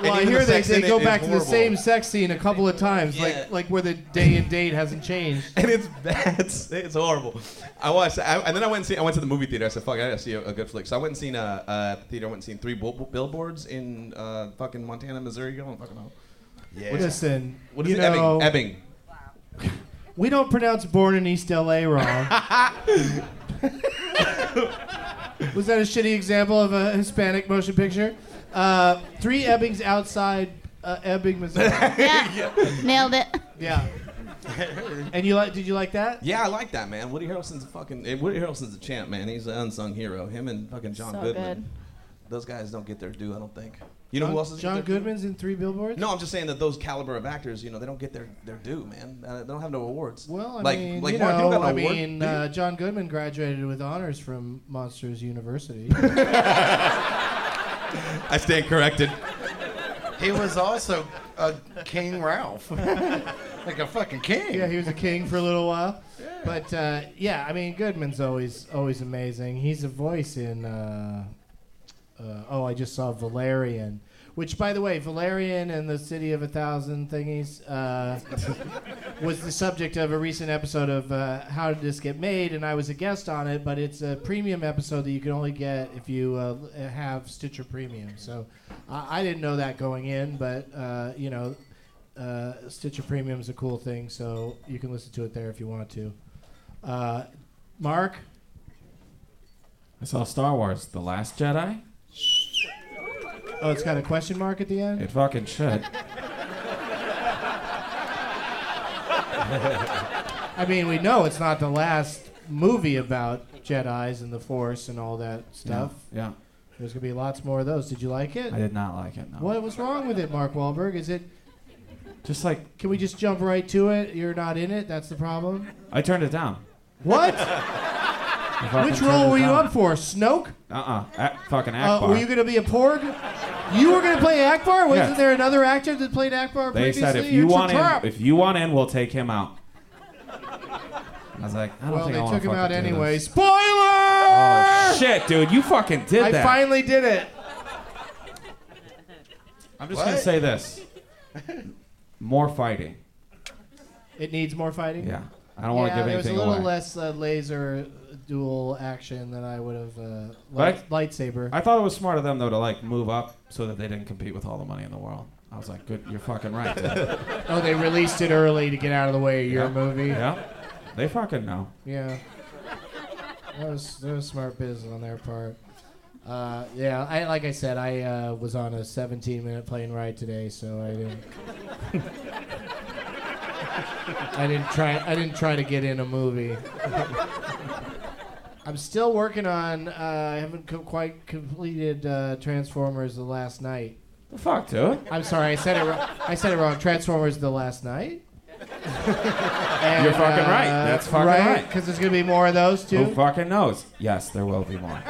Well, I
even
hear
the
they,
sex
they
in it
go
is
back to the
horrible.
same sex scene a couple of times,
Yeah.
like like where the day and date hasn't changed.
*laughs* and it's bad. It's, it's horrible. I watched, I, and then I went and see, I went to the movie theater. I said, "Fuck, I gotta see a, a good flick." So I went and seen uh, uh, at the theater. I went and seen three bu- bu- billboards in uh, fucking Montana, Missouri. I don't fucking know.
Yeah.
Listen,
What is
you
it?
know,
Ebbing. Ebbing.
we don't pronounce "born in East LA"
*laughs*
wrong. Was that a shitty example of a Hispanic motion picture? Uh, three Ebbings outside uh, Ebbing, Missouri.
*laughs*
Yeah. Nailed it.
Yeah. and you like? Did you like that?
Yeah, I like that man. Woody Harrelson's a fucking eh, Woody Harrelson's a champ, man. He's an unsung hero. Him and fucking John
So
Goodman.
good.
Those guys don't get their due, I don't think. You know
John,
who else is
John Goodman's in Three Billboards.
No, I'm just saying that those caliber of actors, you know, they don't get their, their due, man. Uh, they don't have no awards.
Well, I
like,
mean,
like
you
Mark,
know,
you don't
I
got an award.
mean,
do you?
uh, John Goodman graduated with honors from Monsters
*laughs*
University.
I stand corrected.
He was also a King Ralph. *laughs* like a fucking king.
yeah, he was a king for a little while. But uh, yeah, I mean, Goodman's always always amazing. He's a voice in. Uh, uh, oh, I just saw Valerian. Which, by the way, Valerian and the City of a Thousand Thingies uh, was the subject of a recent episode of uh, How Did This Get Made, and I was a guest on it. But it's a premium episode that you can only get if you uh, l- have Stitcher Premium. So I, I didn't know that going in, but uh, you know, uh, Stitcher Premium is a cool thing, so you can listen to it there if you want to. Uh, Mark,
I saw Star Wars: The Last Jedi.
oh, it's got a question mark at the end.
It fucking should.
I mean, we know it's not the last movie about Jedi's and the Force and all that stuff.
Yeah,
There's gonna be lots more of those. Did you like it?
I did not like it. No.
What was wrong with it, Mark Wahlberg? Is it?
Just like
Can we just jump right to it? You're not in it. That's the problem.
I turned it down.
What?
I fucking
Which
turned
role
it
were you
down.
up for? Snoke?
Uh-uh. A- fucking
Uh,
Akbar.
were you gonna be a Porg? You were gonna play Akbar. Wasn't
Yeah.
there another actor that played Akbar
They
previously?
said if you
It's a
want
trap."
in, if you want in, we'll take him out. I was like, I don't
well,
think
they
I want
took
to
him out
do
anyway.
This.
Spoiler!
Oh shit, dude! You fucking did
I
that.
finally did it.
I'm just gonna say this: more fighting.
It needs more fighting.
Yeah, I don't want to
yeah,
give
there was a
anything
little
away.
less uh, laser duel action than I would have. Uh,
But
light, lightsaber.
I thought it was smart of them though to like move up so that they didn't compete with all the money in the world. I was like, good, you're fucking right. dude.
oh, they released it early to get out of the way of your
Yeah.
movie.
yeah, they fucking know.
Yeah. That was that was smart biz on their part. Uh, yeah, I like I said, I uh, was on a 17 minute plane ride today, so I didn't. *laughs* I didn't try. I didn't try to get in a movie. *laughs* I'm still working on. Uh, I haven't co- quite completed uh, Transformers: The Last Night.
The fuck, dude.
I'm sorry, I said it. Wrong. I said it wrong. Transformers: The Last
*laughs*
Night. And,
You're fucking right. That's fucking right.
Because there's gonna be more of those too.
Who fucking knows? Yes, there will be more.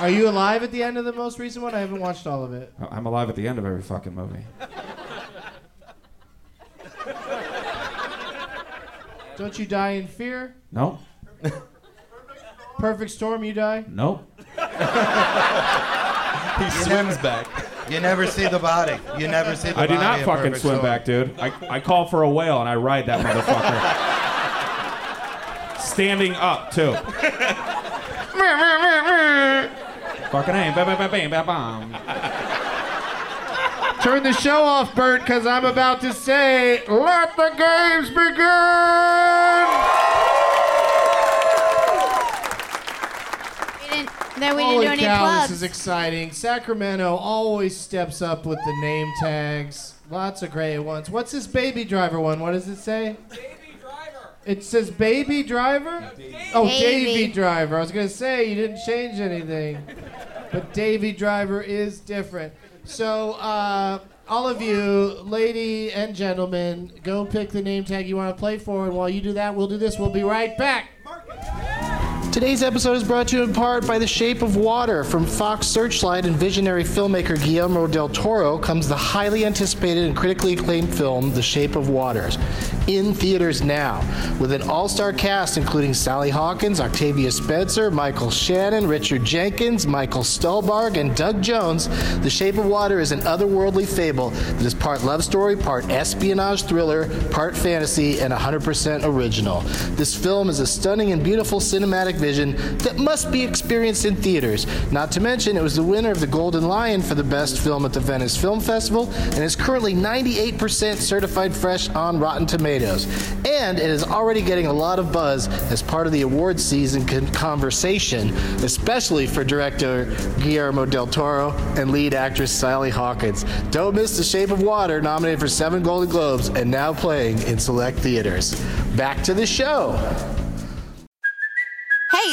Are you alive at the end of the most recent one? I haven't watched all of it.
Oh, I'm alive at the end of every fucking movie.
Don't you die in fear?
No,
Perfect storm, you die.
no.
He swims back.
You never see the body. You never see the
I
body.
do not
of
fucking
Perfect
swim
Storm.
back, dude. I, I call for a whale and I ride that motherfucker. Standing up, too. fucking aim. Bam, bam, bam, bam, bam, bam.
Turn the show off, Bert, because I'm about to say, let the games begin.
We didn't, then we
Holy
didn't do any
cow,
plugs.
this is exciting. Sacramento always steps up with the name tags. Lots of great ones. What's this baby driver one? What does it say? Baby driver. It says baby driver? Oh,
Davy.
Davy Driver. I was going to say, you didn't change *laughs* anything. But Davy Driver is different. So, uh, all of you, lady and gentlemen, go pick the name tag you want to play for. And while you do that, we'll do this. We'll be right back. Today's episode is brought to you in part by The Shape of Water. From Fox Searchlight and visionary filmmaker Guillermo del Toro comes the highly anticipated and critically acclaimed film, The Shape of Waters, in theaters now, with an all star cast including Sally Hawkins, Octavia Spencer, Michael Shannon, Richard Jenkins, Michael Stolbarg, and Doug Jones. The Shape of Water is an otherworldly fable that is part love story, part espionage thriller, part fantasy, and 100% original. This film is a stunning and beautiful cinematic vision that must be experienced in theaters. Not to mention, it was the winner of the Golden Lion for the best film at the Venice Film Festival and is currently 98% certified fresh on Rotten Tomatoes. And it is already getting a lot of buzz as part of the awards season con- conversation, especially for director Guillermo del Toro and lead actress Sally Hawkins. Don't miss The Shape of Water, nominated for seven Golden Globes and now playing in select theaters. Back to the show.
Hey,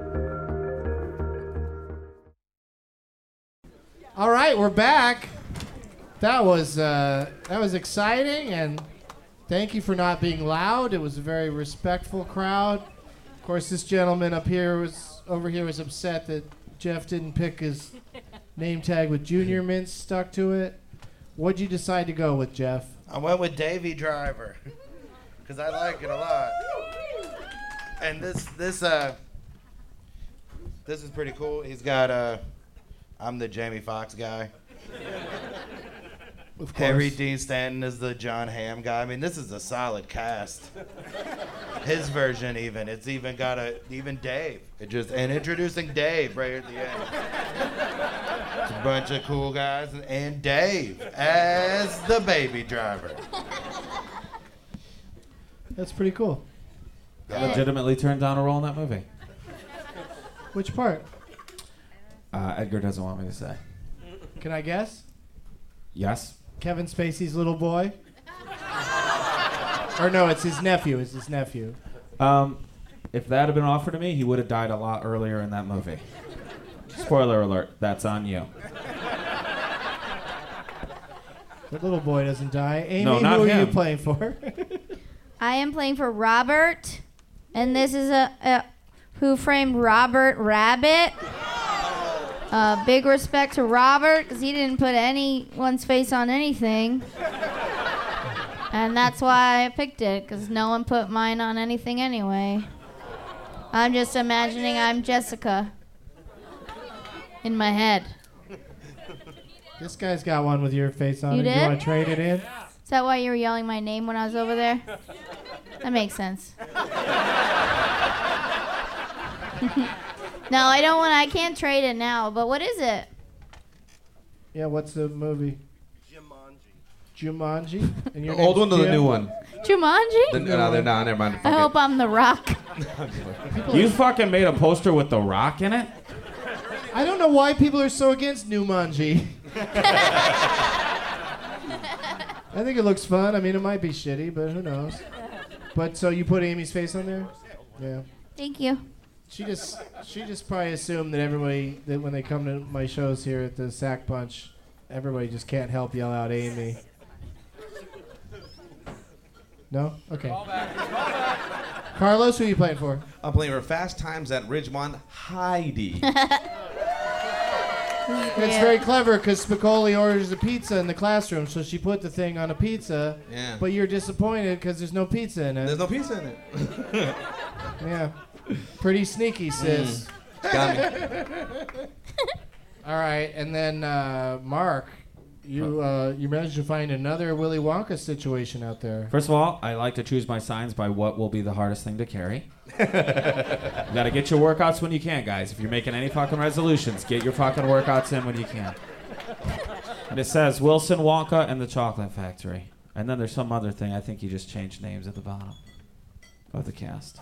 All right, we're back. That was uh, that was exciting, and thank you for not being loud. It was a very respectful crowd. Of course, this gentleman up here was over here was upset that Jeff didn't pick his name tag with Junior Mints stuck to it. What'd you decide to go with, Jeff?
I went with Davy Driver because I like it a lot. And this this uh this is pretty cool. He's got uh I'm the Jamie Foxx guy.
Of course.
Harry Dean Stanton is the John Hamm guy. I mean, this is a solid cast. His version, even it's even got a even Dave. It just and introducing Dave right at the end. It's a bunch of cool guys and- and Dave as the baby driver.
That's pretty cool.
I legitimately turned down a role in that movie.
Which part?
Uh, Edgar doesn't want me to say.
Can I guess?
Yes.
Kevin Spacey's little boy. or no, it's his nephew. It's his nephew.
Um, if that had been offered to me, he would have died a lot earlier in that movie. Spoiler alert, that's on you.
The little boy doesn't die. Amy,
No, not
who are you
him.
playing for? *laughs*
I am playing for Robert, and this is a, a Who Framed Robert Rabbit. Uh, big respect to Robert because he didn't put anyone's face on anything, and that's why I picked it because no one put mine on anything anyway. I'm just imagining I'm Jessica in my head.
this guy's got one with your face on
You
it.
did?
You want to trade it in?
Is that why you were yelling my name when I was over there? That makes sense. *laughs* no, I don't want. I can't trade it now. But what is it?
Yeah. What's the movie? Jumanji. Jumanji. And your
The old
name's
one or the
Jim?
new one?
Jumanji.
The, no, they're not. Never mind.
I hope I'm the Rock.
You fucking made a poster with The Rock in it?
I don't know why people are so against Jumanji. I think it looks fun. I mean, it might be shitty, but who knows? But so you put Amy's face on there? Yeah.
Thank you.
She just she just probably assumed that everybody that when they come to my shows here at the Sack Punch, everybody just can't help yell out Amy. No? Okay. Carlos, who you playing for?
I'm playing for Fast Times at Ridgemont Heidi.
That's very clever because Spicoli orders a pizza in the classroom, so she put the thing on a pizza.
Yeah.
But you're disappointed because there's no pizza in it.
There's no pizza in it.
yeah. Pretty sneaky, sis. All right, and then uh, Mark, you uh, you managed to find another Willy Wonka situation out there.
First of all, I like to choose my signs by what will be the hardest thing to carry. you gotta get your workouts when you can, guys. If you're making any fucking resolutions, get your fucking workouts in when you can. And it says Wilson Wonka and the Chocolate Factory. And then there's some other thing. I think you just changed names at the bottom of the cast.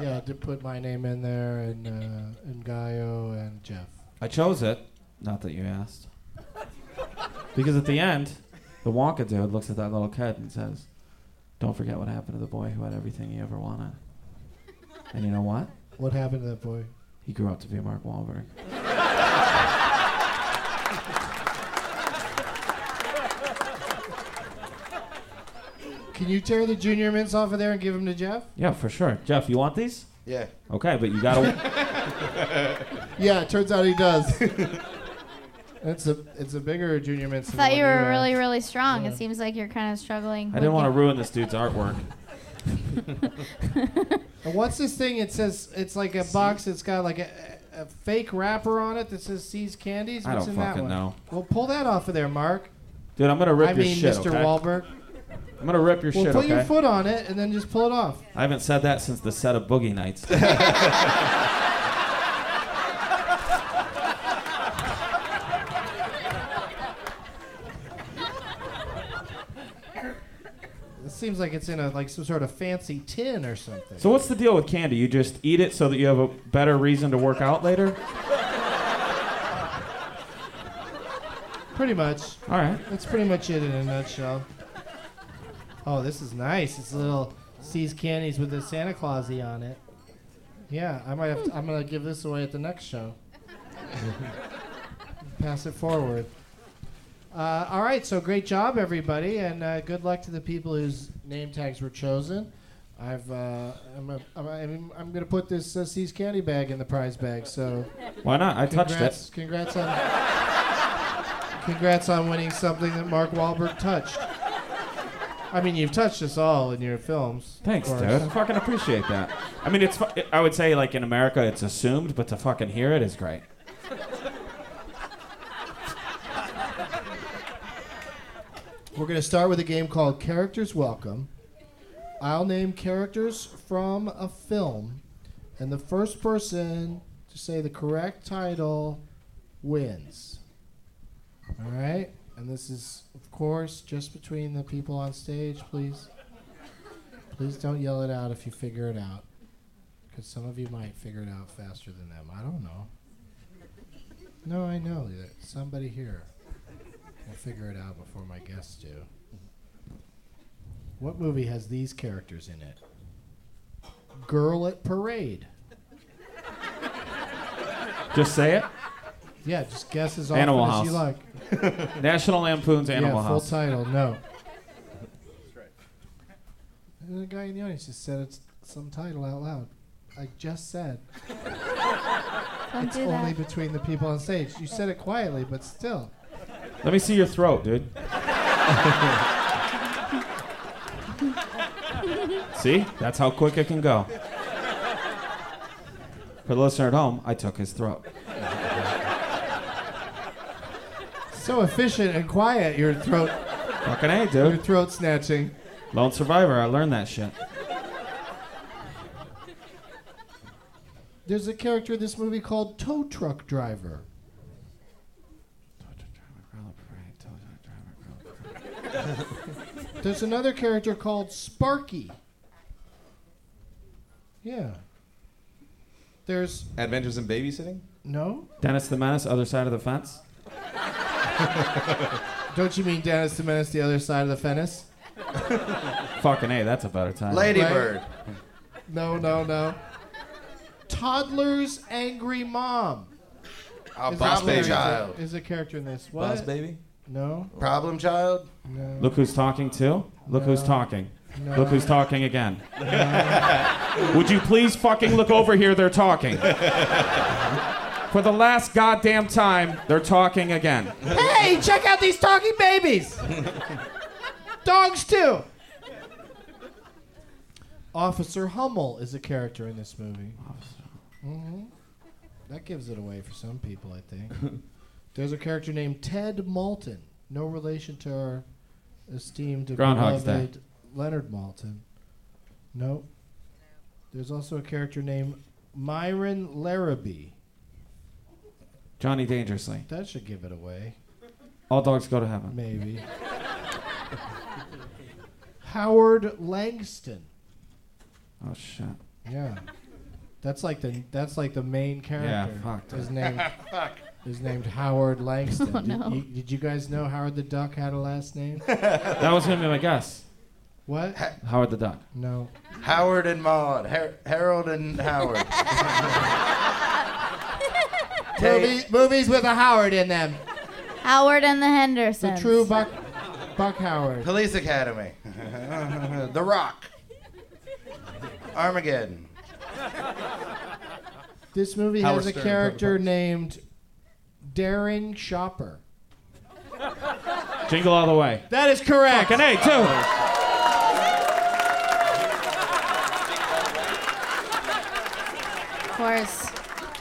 Yeah, to put my name in there and uh, and Gaio and Jeff.
I chose it. Not that you asked. Because at the end, the Wonka dude looks at that little kid and says, Don't forget what happened to the boy who had everything he ever wanted. And you know what?
What happened to that boy?
He grew up to be Mark Wahlberg.
Can you tear the junior mints off of there and give them to Jeff?
Yeah, for sure. Jeff, you want these?
Yeah.
Okay, but you
*laughs*
gotta.
Yeah, it turns out he does. *laughs* it's a it's a bigger junior
I
mint. than
thought
the
you
one
were
had.
really, really strong. It seems like you're kind of struggling.
I didn't
with
want to
your-
ruin this dude's artwork.
And what's this thing? It says it's like a box. It's got like a, a fake wrapper on it that says "Sees Candies."
I
What's
don't
in that
fucking
one?
know.
Well, pull that off of there, Mark.
Dude, I'm gonna rip
I
your
mean,
shit.
Mr.
okay?
Wahlberg.
I'm gonna rip your
well,
shit.
put
okay?
your foot on it and then just pull it off.
I haven't said that since the set of Boogie Nights.
It seems like it's in a like some sort of fancy tin or something.
so what's the deal with candy? You just eat it so that you have a better reason to work out later?
Pretty much.
All right.
That's pretty much it in a nutshell. Oh, this is nice. It's little See's Candies with the Santa Clausy on it. Yeah, I might have. To, I'm gonna give this away at the next show. Pass it forward. Uh, all right, so great job, everybody, and uh, good luck to the people whose name tags were chosen. I've uh, I'm, a, I'm, a, I'm gonna put this uh, See's candy bag in the prize bag. So
Why not? I touched
Congrats- Congrats on congrats on winning something that Mark Wahlberg touched. I mean, you've touched us all in your films. of
Thanks,
course.
dude. I fucking appreciate that. I mean, it's. fu- I would say like in America, it's assumed, but to fucking hear it is great.
We're going to start with a game called Characters Welcome. I'll name characters from a film, and the first person to say the correct title wins. All right? And this is, of course, just between the people on stage, please. Please don't yell it out if you figure it out, because some of you might figure it out faster than them. I don't know. No, I know that somebody here will figure it out before my guests do. What movie has these characters in it? Girl at Parade.
Just say it.
Yeah, just guess as often
Animal
as
House.
you like.
National Lampoon's Animal
yeah,
House.
full title. No. And the guy in the audience just said it's some title out loud. I just said.
Don't
it's
do that.
only between the people on stage. You said it quietly, but still.
Let me see your throat, dude. see, that's how quick it can go. For the listener at home, I took his throat.
So efficient and quiet, your throat.
Fucking a,
Your
dude.
throat snatching.
Lone survivor. I learned that shit.
There's a character in this movie called Tow Truck Driver. There's another character called Sparky. Yeah. There's
Adventures in Babysitting?
no.
Dennis the Menace, other side of the fence.
Don't you mean Dennis the Menace, the other side of the fence?
Fucking a, that's a better time.
Ladybird.
No, no, no. Toddler's angry mom.
A
Is
problem
a- is a-
child.
Is a character in this? What?
Boss Baby?
No.
Problem child?
No.
Look who's talking too. Look who's talking.
No.
Look who's talking
*laughs*
again. Would you please fucking look over here? They're
*laughs*
talking. For the last goddamn time, they're talking again.
Hey, check out these talking *laughs* babies. Dogs too. Officer Hummel is a character in this movie. Mhm. That gives it away for some people, I think. *laughs* There's a character named Ted Malton, no relation to our esteemed and
Groundhog's Day.
beloved Leonard Malton. Nope. There's also a character named Myron Larrabee.
Johnny Dangerously.
That should give it away.
All dogs go to heaven. *laughs*
Maybe. Howard Langston.
Oh shit.
Yeah. That's like the that's like the main character.
fuck
His
that.
*laughs*
name is named Howard Langston.
*laughs* Oh,
did,
no.
you, did you guys know Howard the Duck had a
*laughs*
last name?
That was gonna be my guess.
What?
Howard the Duck.
No.
Howard and Maude. Har- Harold and
*laughs*
Howard.
Movie, movies with a Howard in them.
Howard and the Hendersons.
The true Buck Buck Howard.
Police Academy. *laughs* the Rock. Armageddon.
This movie
Howard
has a
Stern,
character named Daring Shopper.
Jingle all the way.
That is correct.
Fucking A, too.
Of course.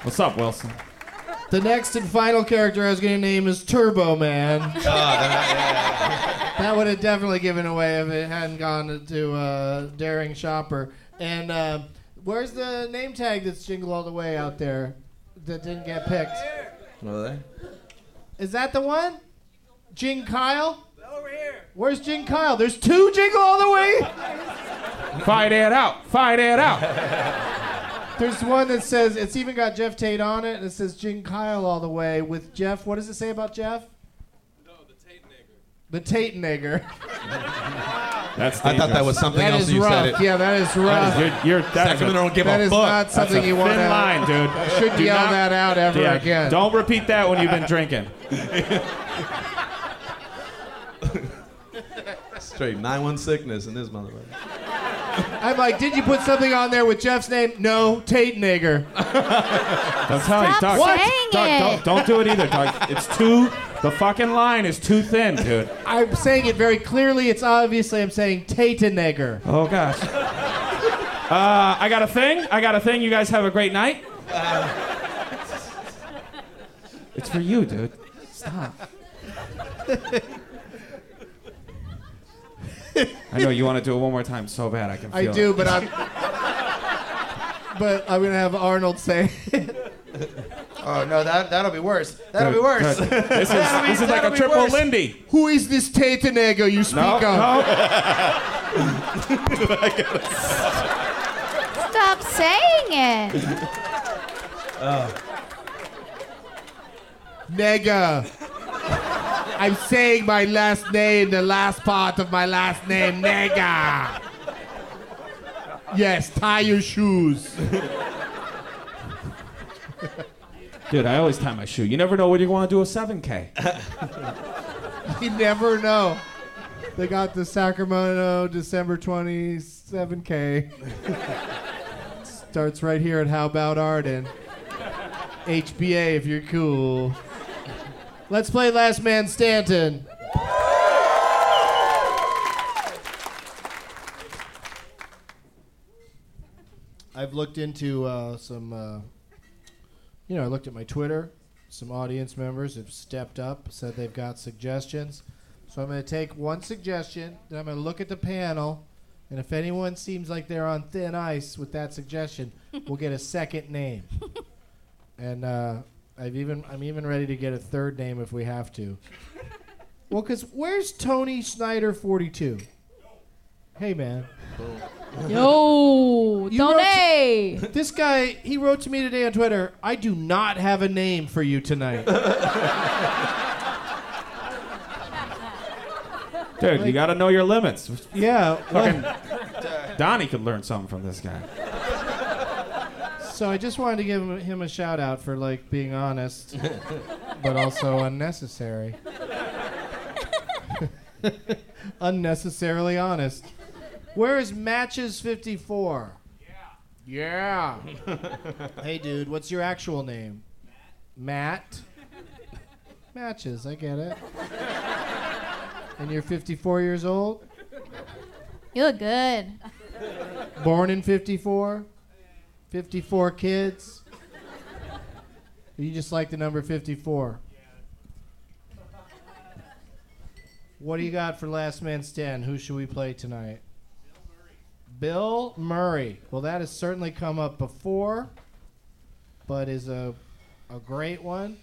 What's up, Wilson?
The next and final character I was going to name is Turbo Man. *laughs* that would have definitely given away if it hadn't gone to uh, Daring Shopper. And uh, where's the name tag that's jingle all the way out there that didn't get picked?
What are they?
Is that the one? Jing Kyle? Over here. Where's Jing Kyle? There's two jingle all the way.
Fight it out. Fight it out.
There's one that says it's even got Jeff Tate on it, and it says Jing Kyle all the way with Jeff. What does it say about Jeff? No, the Tate nigger. The Tate nigger.
That's
I thought that was something
That
else
is
you
rough.
said it.
Yeah, that is rough.
That is- you're- you're- that is a-
Sacramento don't give
That
a
is
fuck.
not something
That's a
you want
thin
to
line, dude.
Should
Do
yell
not-
that out ever
Yeah,
again.
Don't repeat that when you've been drinking.
Straight nine one sickness in this motherfucker.
I'm like, did you put something on there with Jeff's name? No, Tate nigger.
That's how you
Stop
talk.
saying
Doug,
it.
don't, don't do it either, Doug. It's too. The fucking line is too thin, dude.
I'm saying it very clearly. It's obviously I'm saying Tate nigger.
Oh gosh. Uh, I got a thing. I got a thing. You guys have a great night.
Uh,
It's for you, dude.
*laughs*
Stop. I know you want to do it one more time so bad. I can
I
feel.
do,
it.
but I'm. But I'm gonna have Arnold say. it.
Oh no, that that'll be worse. That'll be
Good,
worse. *laughs*
good. This is
That'll be-
this is like
that'll
a
be
triple
worse.
Lindy.
Who is this Tate nigger you speak
No,
of?
no.
Stop saying it.
Nigger. I'm saying my last name, the last part of my last name, nigger. Yes, tie your shoes.
Dude, I always tie my shoe. You never know when you want to do a 7K.
*laughs* You never know. They got the Sacramento December 27K. *laughs* Starts right here at How About Arden. HBA if you're cool. Let's play Last Man Stanton. I've looked into uh, some, uh, you know, I looked at my Twitter. Some audience members have stepped up, said they've got suggestions. So I'm going to take one suggestion, then I'm going to look at the panel, and if anyone seems like they're on thin ice with that suggestion, we'll get a second name. And uh, I've even I'm even ready to get a third name if we have to. Well, because where's Tony Snyder 42? Hey man.
Yo,
You wrote
Tony.
*laughs* This guy, he wrote to me today on Twitter, I do not have a name for you tonight.
Dude, you got to know your limits.
yeah. well,
Donnie could learn something from this guy.
so I just wanted to give him, him a shout out for like being honest, but also unnecessary. *laughs* Unnecessarily honest. Where is Matches 54? Yeah. Yeah. hey dude, what's your actual name? Matt. Matches, I get it. and you're 54 years old?
You look good.
Born in 54, 54 kids, You just like the number 54. What do you got for Last Man Stand? Who should we play tonight? Bill Murray. Well, that has certainly come up before, but is a, a great one.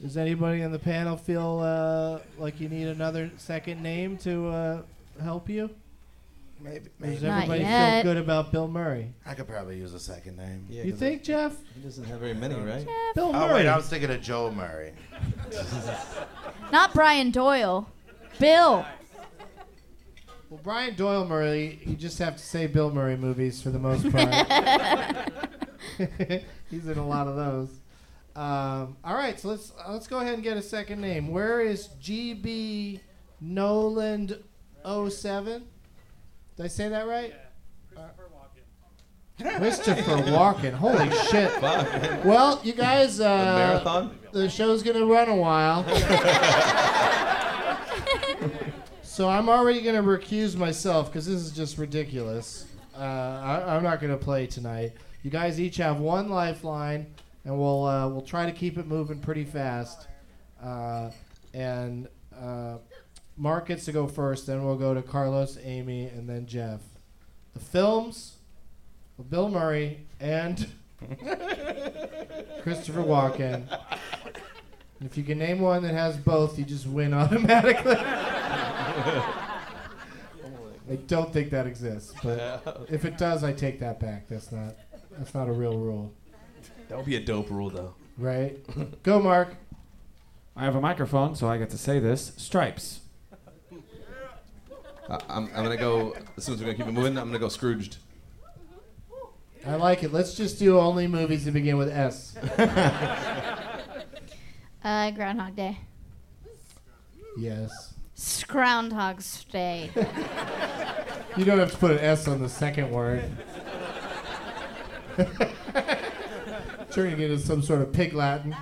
Does anybody on the panel feel uh, like you need another second name to uh, help you?
Maybe.
Or
maybe.
Does
Not
everybody feel
yet.
good about Bill Murray?
I could probably use a second name.
You 'cause think, Jeff?
He doesn't have very many, right?
Bill
Oh, wait,
Murray.
I was thinking of Joel Murray.
Not Brian Doyle. Bill.
Well, Brian Doyle Murray, you just have to say Bill Murray movies for the most part. *laughs* He's in a lot of those. Um, all right, so let's let's go ahead and get a second name. Where is GB Noland 07? Did I say that right? Christopher Walken. Holy shit. Well, you guys. Uh,
marathon?
The show's going to run a while. so I'm already going to recuse myself because this is just ridiculous. Uh, I, I'm not going to play tonight. You guys each have one lifeline, and we'll, uh, we'll try to keep it moving pretty fast. Uh, and uh, Mark gets to go first, then we'll go to Carlos, Amy, and then Jeff. The films. Well, Bill Murray and *laughs* Christopher Walken. And if you can name one that has both, you just win *laughs* automatically. I don't think that exists, but if it does, I take that back. That's not that's not a real rule,
That would be a dope rule, though.
right? Go, Mark.
I have a microphone, so I get to say this. Stripes.
I, I'm, I'm gonna go. As soon as we're gonna keep it moving, I'm gonna go Scrooged.
I like it. Let's just do only movies that begin with S.
Uh, Groundhog Day.
yes.
Groundhog's Day.
You don't have to put an S on the second
*laughs*
word. Sure, you get into some sort of pig Latin.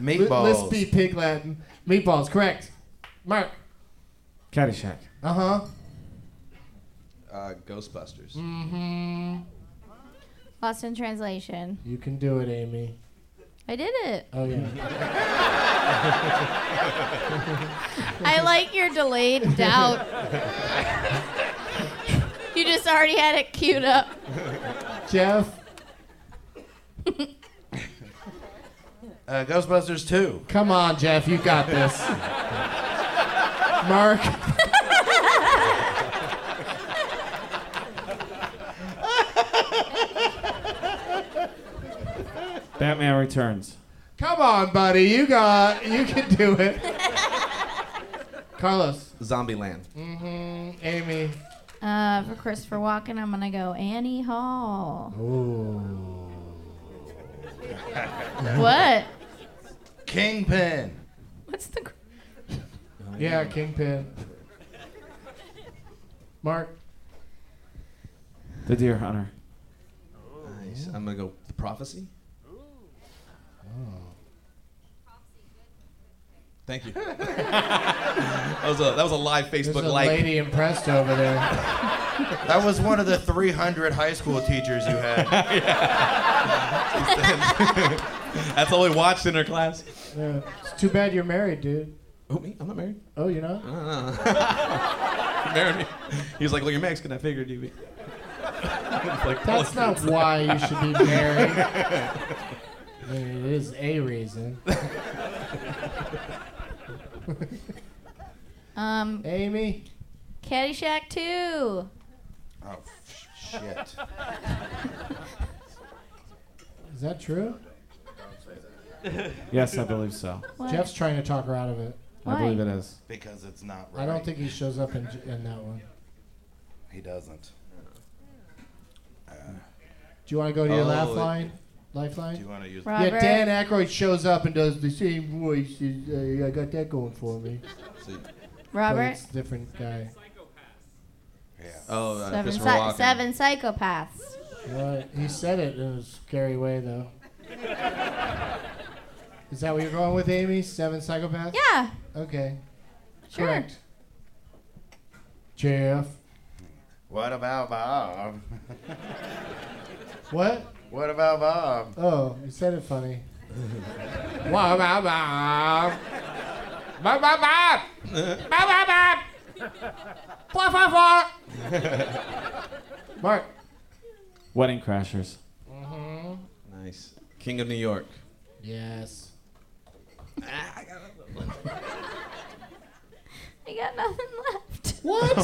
Meatballs.
Let's be pig Latin. Meatballs, correct. Mark.
Caddyshack.
Uh huh.
Uh, Ghostbusters.
mm-hmm. Lost in translation.
You can do it, Amy.
I did it.
Oh yeah.
*laughs* I like your delayed doubt. You just already had it queued up.
Jeff,
Uh, Ghostbusters 2.
come on, Jeff, you got this. Mark.
Batman Returns.
Come on, buddy, you got, you can do it. Carlos.
Zombieland.
Mm-hmm. Amy.
Uh, for Christopher Walken, I'm gonna go Annie Hall.
Ooh. Oh.
What?
Kingpin.
What's the?
*laughs* Yeah, Kingpin. Mark.
The Deer Hunter.
Nice. I'm gonna go The Prophecy.
Oh.
Thank you. *laughs* that was a that was a live
There's
Facebook
a
like.
lady impressed over there.
That was one of the 300 high school teachers you had.
That's all we watched in her class.
Yeah. It's too bad you're married, dude.
Who me? I'm not married.
Oh, you know?
*laughs* Marry me. He was like, well, you're Mexican. I figured you'd be. *laughs* It's like, oh.
That's
well,
not why you should be married. I mean, it is a reason.
Um,
Amy,
Caddyshack 2.
oh, f- shit.
is that true?
Yes, I believe so.
What?
Jeff's trying to talk her out of it.
I
Why?
believe it is.
Because it's not right.
I don't think he shows up in, in that one.
he doesn't.
Uh, Do you want to go to your
Oh,
laugh
it-
line?
Do you
Lifeline?
want to use
Robert.
Yeah, Dan Aykroyd shows up and does the same voice. as, uh, I got that going for me.
see.
But
Robert.
it's a different guy.
Oh, uh,
Seven,
Christopher
psy-
Walken.
seven psychopaths.
Right. He said it in a scary way, though. Is that what you're going with, Amy? Seven psychopaths?
Yeah,
Okay.
sure.
Correct. Jeff.
What about Bob?
What? What about Bob?
Oh, you said it funny.
Wow, wow, wow. Bob, Bob, Bob. Bob, Bob, Bob. Four, four, four.
Mark.
Wedding Crashers.
Mm-hmm.
Nice. King of New York.
Yes.
I got
*laughs*
nothing left.
What?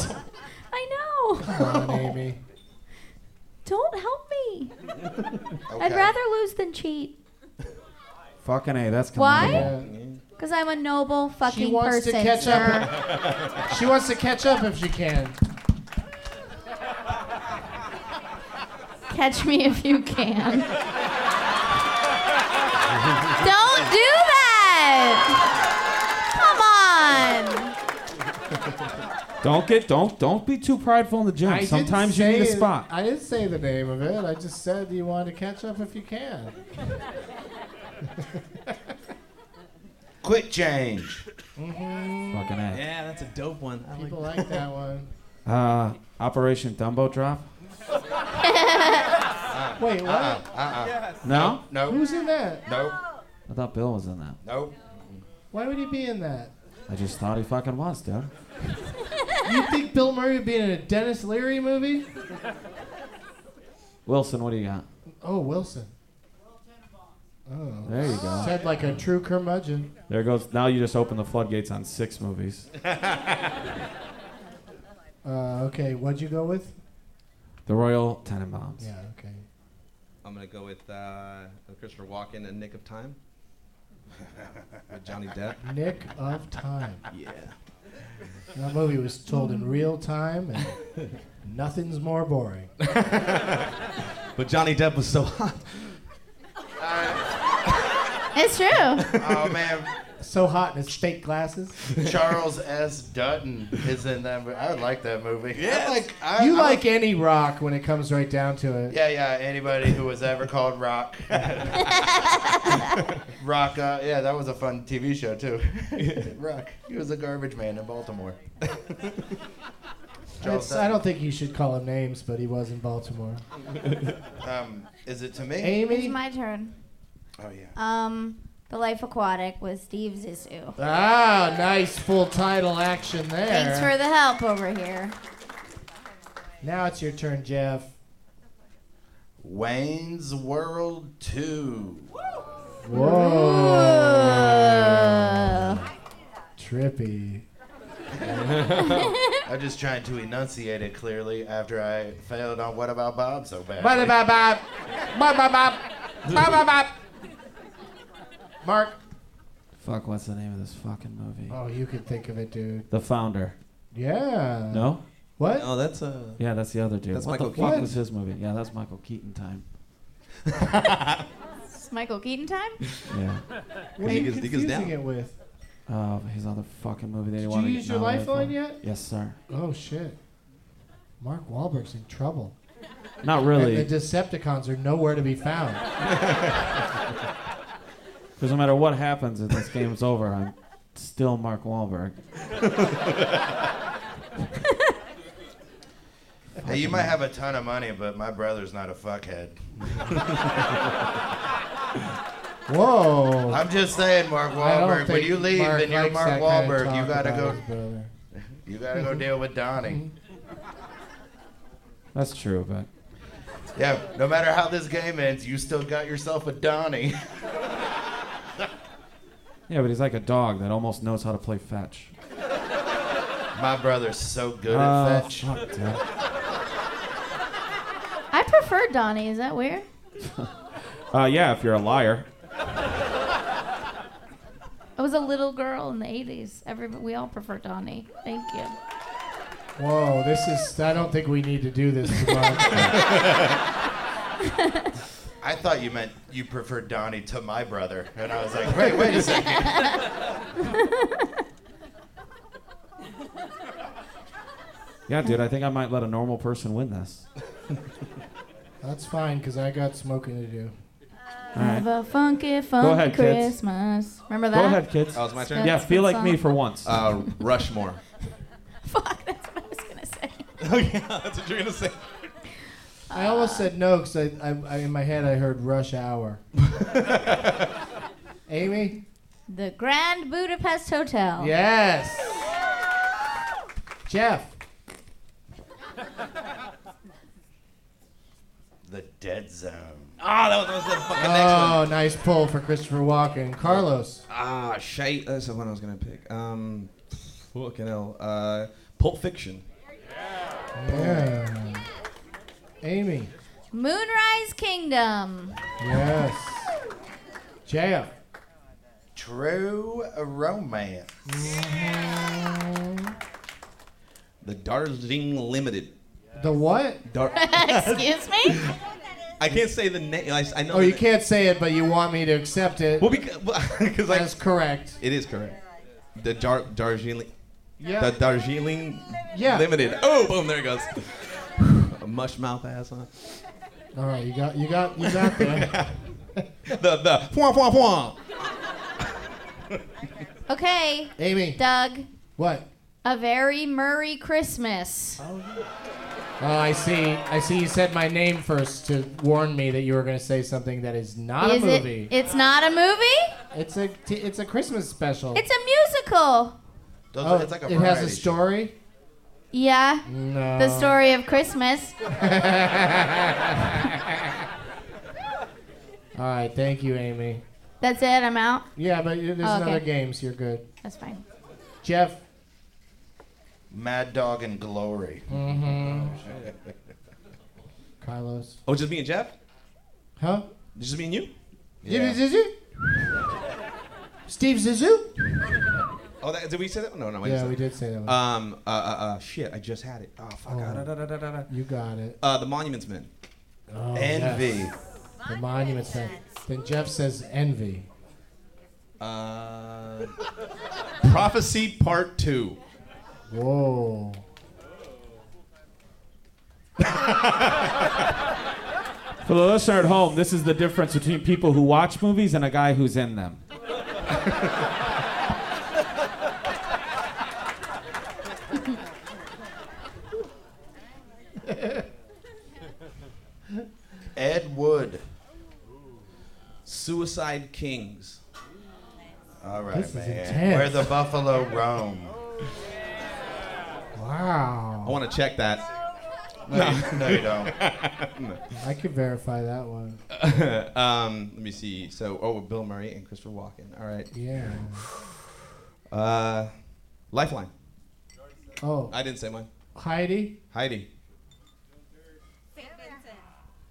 I know.
Come on, Amy.
Don't help
*laughs*
me. I'd
Okay.
rather lose than cheat.
Fucking A, that's
Why?
commendable.
Because I'm a noble fucking
she wants
person.
to catch
sir.
up. she wants to catch up if she can.
Catch me if you can. Don't do that. Come on.
Don't get don't don't be too prideful in the gym.
I didn't
Sometimes you
say
need a
it-
spot.
I didn't say the name of it. I just said you want to catch up if you can.
Quick change.
Fucking A.
Yeah, that's a dope one. I
People like that one.
Uh, Operation Dumbo
*laughs*
Drop.
Wait, what?
Uh-uh, uh-uh.
No?
Nope.
Who's in that?
Nope.
I thought Bill was in that.
Nope.
Why would he be in that?
I just thought he fucking was, dude.
You think Bill Murray would be in a Dennis Leary movie?
Wilson, what do you got?
Oh, Wilson. Oh.
There you go.
Said like a true curmudgeon.
There goes. Now you just open the floodgates on six movies.
Uh, okay, what'd you go with?
The Royal Tenenbaums.
Yeah, okay.
I'm gonna go with uh, Christopher Walken and Nick of Time. with Johnny Depp.
Nick of Time.
Yeah.
That movie was told in real time, and *laughs* nothing's more boring.
But Johnny Depp was so hot.
It's
*laughs*
true.
Oh man,
So hot in his fake glasses.
*laughs* Charles S. Dutton is in that. movie. I like that movie.
Yes.
I like. I,
you
I
like any rock when it comes right down to it.
Yeah, yeah. Anybody who was ever
*laughs*
called Rock. Rock. Uh, yeah, that was a fun TV show too.
*laughs*
Rock. He was a garbage man in Baltimore. Charles
It's- I don't think you should call him names, but he was in Baltimore.
Um, is it to me?
Amy?
It's my turn.
Oh yeah.
Um, The Life Aquatic with Steve Zissou.
Ah, nice full title action there.
Thanks for the help over here.
Now it's your turn, Jeff.
Wayne's World Two.
Uh,
Whoa. Trippy.
I'm just trying to enunciate it clearly after I failed on what about Bob so bad.
What about Bob? Bob, Bob, Bob. Bob, Bob, Bob.
Mark.
Fuck, what's the name of this fucking movie?
Oh, you can think of it, dude.
The Founder.
Yeah.
No?
What?
Oh, that's a.
Yeah, that's the other dude.
That's
what
Michael
the fuck
Keaton.
was his movie? Yeah, that's Michael Keaton time.
It's Michael Keaton time?
*laughs* Yeah.
What are you confusing it with?
Uh, his other fucking movie that he
Did
wanted
you
to
use
get
your
nominated
lifeline
for.
yet?
Yes, sir.
Oh, shit. Mark Wahlberg's in trouble.
Not really.
And the Decepticons are nowhere to be found.
Because no matter what happens, if this game's over, I'm still Mark Wahlberg.
Hey, you might have a ton of money, but my brother's not
*laughs*
a fuckhead.
Whoa.
I'm just saying, Mark
I don't
Wahlberg. When
think
you leave
Mark
and you're
likes
Mark
that kind of
Wahlberg, you
talk
gotta
about
go.
his brother.
*laughs*
Mm-hmm.
You gotta
*laughs*
go deal with Donnie.
That's true, but
Yeah, no matter how this game ends, you still got yourself a Donnie. *laughs*
yeah, but he's like a dog that almost knows how to play fetch.
My brother's so good
Oh,
at fetch.
fuck, dude.
I prefer Donnie. Is that weird?
Uh, yeah, if you're a liar.
I was a little girl in the 80s. Every, we all prefer Donnie. Thank you.
Whoa, this is. I don't think we need to do this tomorrow.
I thought you meant you preferred Donnie to my brother, and I was
*laughs*
like, wait, wait a second.
Yeah, dude, I think I might let a normal person win this.
That's fine, because I got smoking to do.
All right.
Have a funky, funky
ahead, kids.
Christmas. Remember that?
Go ahead, kids.
Oh, it's my turn?
Yeah,
That's
feel
good
like me
song.
for once.
Uh, Rushmore.
Fuck, that's what I was going to say.
oh yeah, that's what you're gonna say.
I almost said no because I, I, I, in my head I heard rush hour. Amy?
The Grand Budapest Hotel.
Yes. Jeff?
The dead zone.
Ah, that was, that was the fucking next one.
Oh, nice pull for Christopher Walken. Carlos?
Ah, shite. That's the one I was gonna pick. Um, fucking hell. Uh, Pulp Fiction.
Yeah. Amy?
Moonrise
*laughs*
Kingdom.
Yes. Jeff?
True romance.
The Darjeeling Limited.
The what?
Dar-
Excuse me?
I can't say the name. I, s- I know.
Oh, you
the-
can't say it, but you want me to accept it.
Well, *laughs* because
that's correct.
It is correct. The Dar- Darjeeling.
Yeah.
The Darjeeling
Yeah.
Limited. Oh, boom! There it goes. *sighs* A mush mouth ass, huh?
All right, you got, you got, you got there.
*laughs* the the point point point.
Okay.
Amy.
Doug.
What?
A very Murray Christmas.
Oh, I see. I see. You said my name first to warn me that you were going to say something that is not
Is
a
it-
movie.
It's not a movie?
it's a t- it's a Christmas special.
It's a musical.
Oh, it has a story.
Yeah.
No.
The story of Christmas.
All right, thank you, Amy.
That's it. I'm out.
Yeah, but you- there's
Oh, okay.
another game, so you're good.
That's fine.
Jeff.
Mad Dog and Glory.
Carlos.
Oh, just me and Jeff?
Huh?
Just me and you?
Jimmy Zizou. Steve Zissou.
Oh, that, did we say that? No, no. I
Yeah,
just-
we did say that one.
Um, uh, uh, uh, shit, I just had it. Oh, fuck.
Oh,
Ah, da, da, da, da, da.
You got it.
Uh, the Monuments Men.
Oh,
Envy.
yes. The monuments. Man. Then Jeff says envy.
Uh, *laughs* Prophecy Part 2.
Whoa.
For the listener at home, this is the difference between people who watch movies and a guy who's in them.
Ed Wood.
Suicide Kings.
All right,
This is
man.
intense.
Where the buffalo roam.
Wow.
I want to check that.
No, you- no, you don't.
I could verify that one.
um, let me see. So, oh, Bill Murray and Christopher Walken. All right.
Yeah.
Uh, Lifeline.
Oh,
I didn't say mine.
Heidi.
Heidi.
Hey,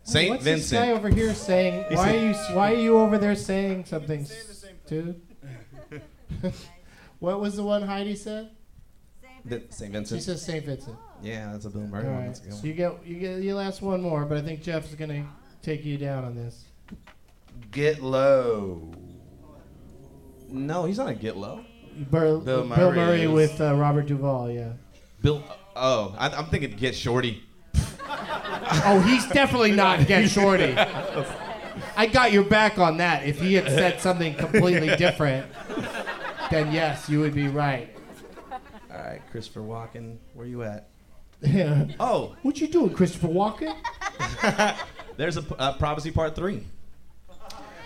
Saint
What's
Vincent.
this guy over here *laughs* saying?
He
Why
said-
are you? Why are you over there saying something, dude? *laughs* what was the one Heidi said?
Vin- Saint Vincent.
She says Saint Vincent.
Yeah, that's a Bill Murray
All
one.
right.
That's a good
So
one.
you get you get you last one more, but I think Jeff is gonna take you down on this.
Get low.
No, he's not a Get Low.
Bill,
Bill
Bill
Murray
Murray
is-
with uh, Robert Duvall. Yeah.
Bill. Oh, I, I'm thinking Get Shorty.
Oh, he's
*laughs*
definitely not Get Shorty. I got your back on that. If he had said
*laughs*
something completely different, then yes, you would be right.
All right, Christopher Walken, where you at?
Yeah.
Oh,
*laughs* What you doing, Christopher Walken?
there's a p- uh, Prophecy Part Three.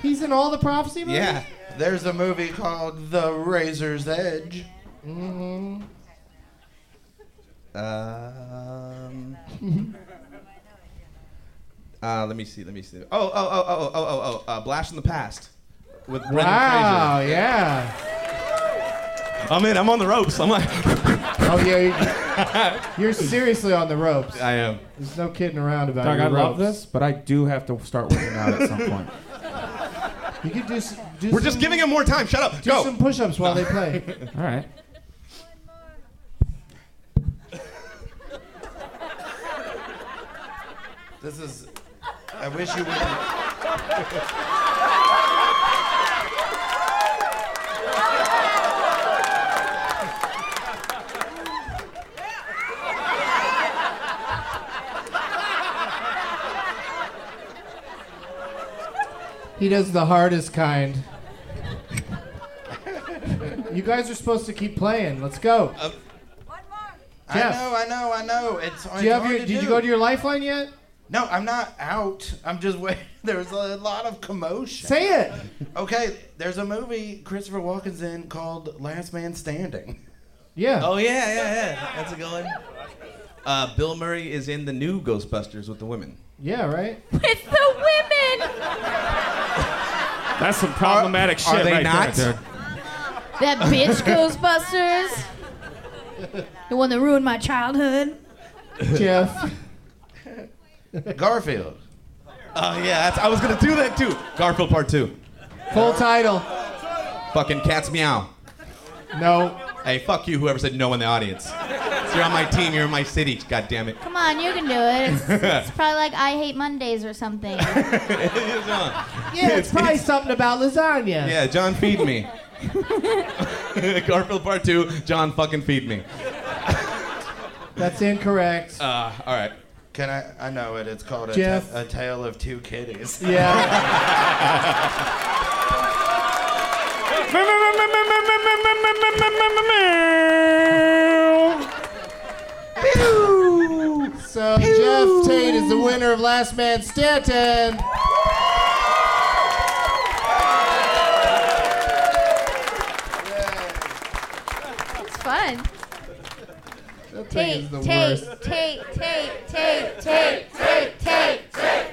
He's in all the prophecy movies.
Yeah.
There's a movie called The Razor's Edge.
hmm
Mm-hmm. Um. *laughs* uh, let me see. Let me see. Oh, oh, oh, oh, oh, oh, oh. Uh, Blast from the Past with Brendan
Wow. Yeah.
Fraser. I'm in. I'm on the ropes. I'm like. *laughs*
Oh yeah. you- You're seriously on the ropes.
I am.
There's no kidding around about
Doug,
your
I love
ropes.
this, but I do have to start working out at some
*laughs*
point.
You could do, s- do
We're just
some-
giving him more time. Shut up.
do
Go.
some push-ups while they play.
All right.
This is. I wish you would.
He does the hardest kind. you guys are supposed to keep playing. Let's go.
I
Jeff.
know, I know, I know. It's.
do you have your, did you go to your lifeline yet? No, I'm not out. I'm just waiting. *laughs* There's a lot of commotion.
Say it.
Okay, there's a movie Christopher Walken's in called Last Man Standing. *laughs*
Yeah.
Oh yeah, yeah, yeah. That's a good one. Uh, Bill Murray is in the new Ghostbusters with the women.
Yeah, right?
With the women!
That's some problematic shit
are they
right
not? *laughs*
there, dude.
That bitch Ghostbusters. The one that ruined my childhood.
Jeff.
Garfield.
Oh yeah, that's, I was gonna do that too. Garfield Part Two.
Full title.
Fucking cats meow.
No.
Hey, fuck you, whoever said no in the audience. So you're on my team. You're in my city. God damn it. *laughs*
Come on, you can do it. It's,
*laughs*
it's probably like I hate Mondays or something.
Yeah, it's probably something about lasagna.
Yeah, John, feed me. *laughs* Garfield Part Two. John, fucking feed me.
That's incorrect.
Uh, all right.
Can I? I know it. It's called a,
Jeff.
Ta- a Tale of Two
*laughs*
Kitties.
Yeah.
*laughs*
So Jeff Tate is the winner of Last Man Standing.
It's fun.
That
Tate, Tate, Tate, Tate, Tate, Tate, Tate, Tate.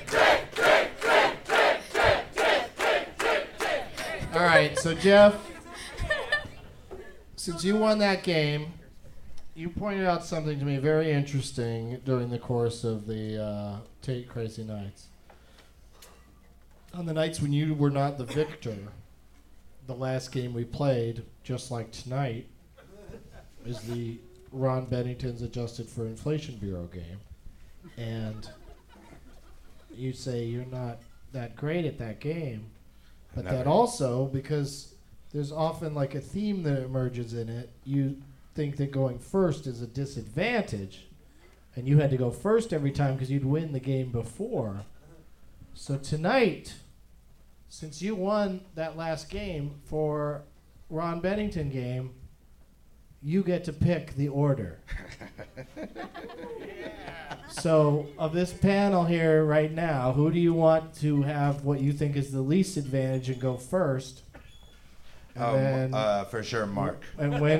All right, so Jeff, since you won that game, you pointed out something to me very interesting during the course of the uh, Tate Crazy Nights. On the nights when you were not the victor, the last game we played, just like tonight, is the Ron Bennington's Adjusted for Inflation Bureau game. And you say you're not that great at that game, but
Not
that
very.
also, because there's often like a theme that emerges in it, you think that going first is a disadvantage. And you had to go first every time because you'd win the game before. So tonight, since you won that last game for Ron Bennington game, you get to pick the order. so, of this panel here right now, who do you want to have what you think is the least advantage and go first? And
Um,
then-
uh, for sure, Mark.
and when?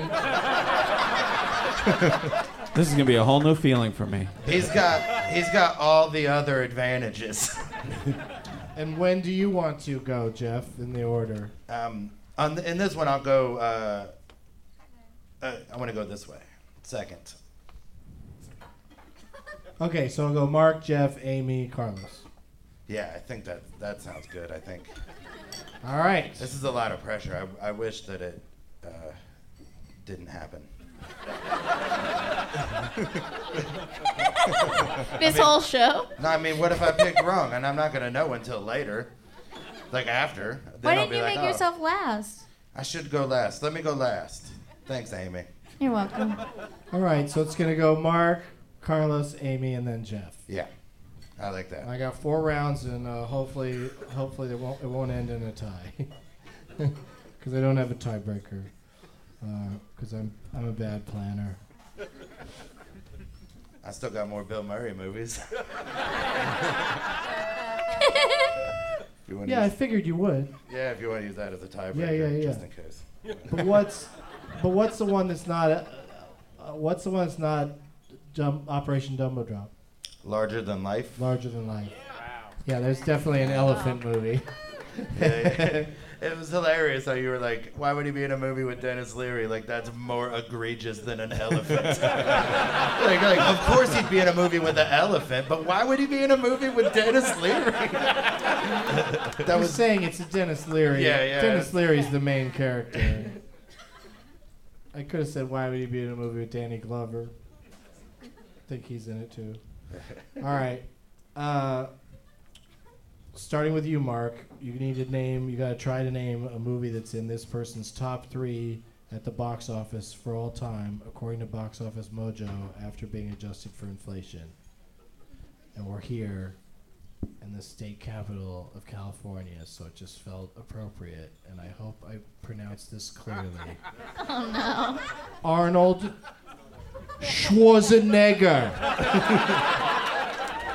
This is gonna be a whole new feeling for me.
He's got he's got all the other advantages.
*laughs* and when do you want to go, Jeff? In the order.
Um, on the, in this one, I'll go. Uh, uh, I want to go this way. Second.
Okay, so I'll go Mark, Jeff, Amy, Carlos.
Yeah, I think that that sounds good. I think
All right.
this is a lot of pressure. I, I wish that it uh, didn't happen.
This
mean-
whole show.
No, I mean, what if I picked wrong and I'm not gonna know until later, like after? Then
Why
I'll
didn't
be
you
like,
make
"Oh,
yourself last?
I should go last. Let me go last. Thanks, Amy.
You're welcome.
All right, so it's gonna go Mark, Carlos, Amy, and then Jeff.
Yeah, I like that.
I got four rounds, and uh, hopefully, hopefully it won't it won't end in a tie, because I don't have a tiebreaker, because I'm I'm a bad planner.
I still got more Bill
*laughs*
Murray movies. *laughs* You wanna
Yeah, I
use-
figured you would.
Yeah, if you want to use that as a tiebreaker,
Yeah, yeah, yeah.
just in case.
But what's but what's the one that's not uh, uh, what's the one that's not Dum- Operation Dumbo Drop?
Larger than life.
Larger than life. Yeah, there's definitely an elephant movie.
Yeah, yeah. *laughs* it was hilarious how you were like, "Why would he be in a movie with Dennis Leary? Like that's more egregious than an elephant." *laughs* like, like, of course he'd be in a movie with an elephant, but why would he be in a movie with Dennis
*laughs*
Leary?
that was saying it's a Dennis Leary.
Yeah, yeah.
Dennis Leary's the main character. *laughs* I could have said, why would he be in a movie with Danny Glover? I think he's in it too. All right. Uh, starting with you, Mark. You need to name. You got to try to name a movie that's in this person's top three at the box office for all time, according to Box Office Mojo, after being adjusted for inflation. And we're here in the state capital of California, so it just felt appropriate. And I hope I pronounced this
*laughs*
clearly.
Oh
Arnold Schwarzenegger.
no.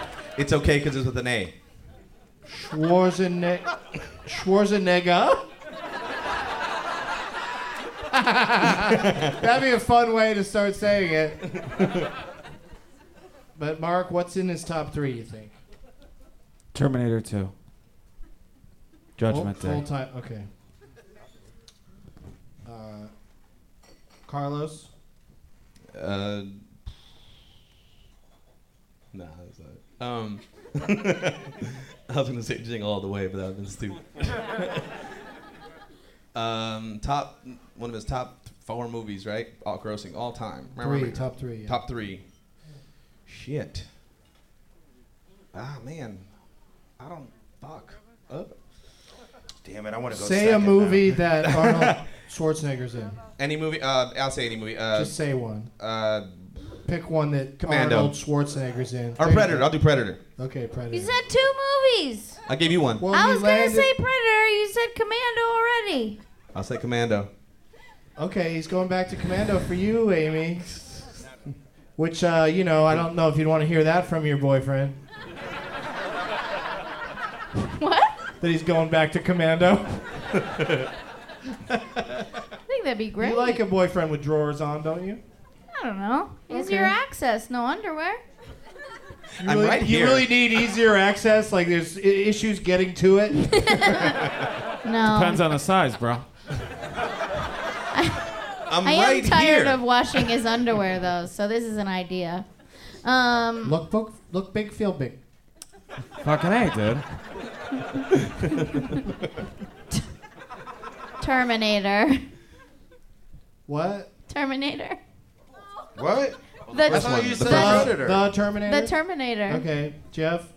*laughs* It's okay because it's with an A.
Schwarzenegger. Schwarzenegger. *laughs* That'd be a fun way to start saying it. but Mark, what's in his top three? You think?
Terminator 2. Judgment
full,
Day.
Full time. Okay. Uh, Carlos.
Uh, nah, that's not it. Um, *laughs* I was gonna say jingle all the way, but that would been stupid. *laughs* um, top one of his top th- four movies, right? All grossing all time.
Three, top three, yeah.
Top three. Shit. Ah man, I don't fuck. up.
Damn it, I want to go.
Say a
second
movie
now.
*laughs*
that Arnold Schwarzenegger's in.
Any movie? Uh, I'll say any movie. Uh,
Just say one.
Uh,
Pick one that
Commando.
Arnold Schwarzenegger's in.
or
There you
Predator.
go.
I'll do Predator.
Okay, Predator.
You said two movies.
I gave you one.
I was gonna say Predator. You said Commando already.
I'll say Commando.
Okay, he's going back to Commando for you, Amy. Which, uh, you know, I don't know if you'd want to hear that from your
*laughs*
boyfriend. what? That he's going back to Commando.
I think that'd be great.
You like a boyfriend with drawers on, don't you?
I don't know. Easier
Okay.
access, no underwear.
You
I'm
really,
right
you
here.
really need easier access. Like there's I- issues getting to it.
No.
Depends on the size, bro.
I'm
I am tired of washing his underwear though, so this is an idea. Um,
look, look, look big, feel big.
Fucking A, dude.
Terminator. *laughs*
What?
Terminator.
What?
The-
I thought you said Predator.
The Terminator.
The Terminator.
Okay, Jeff.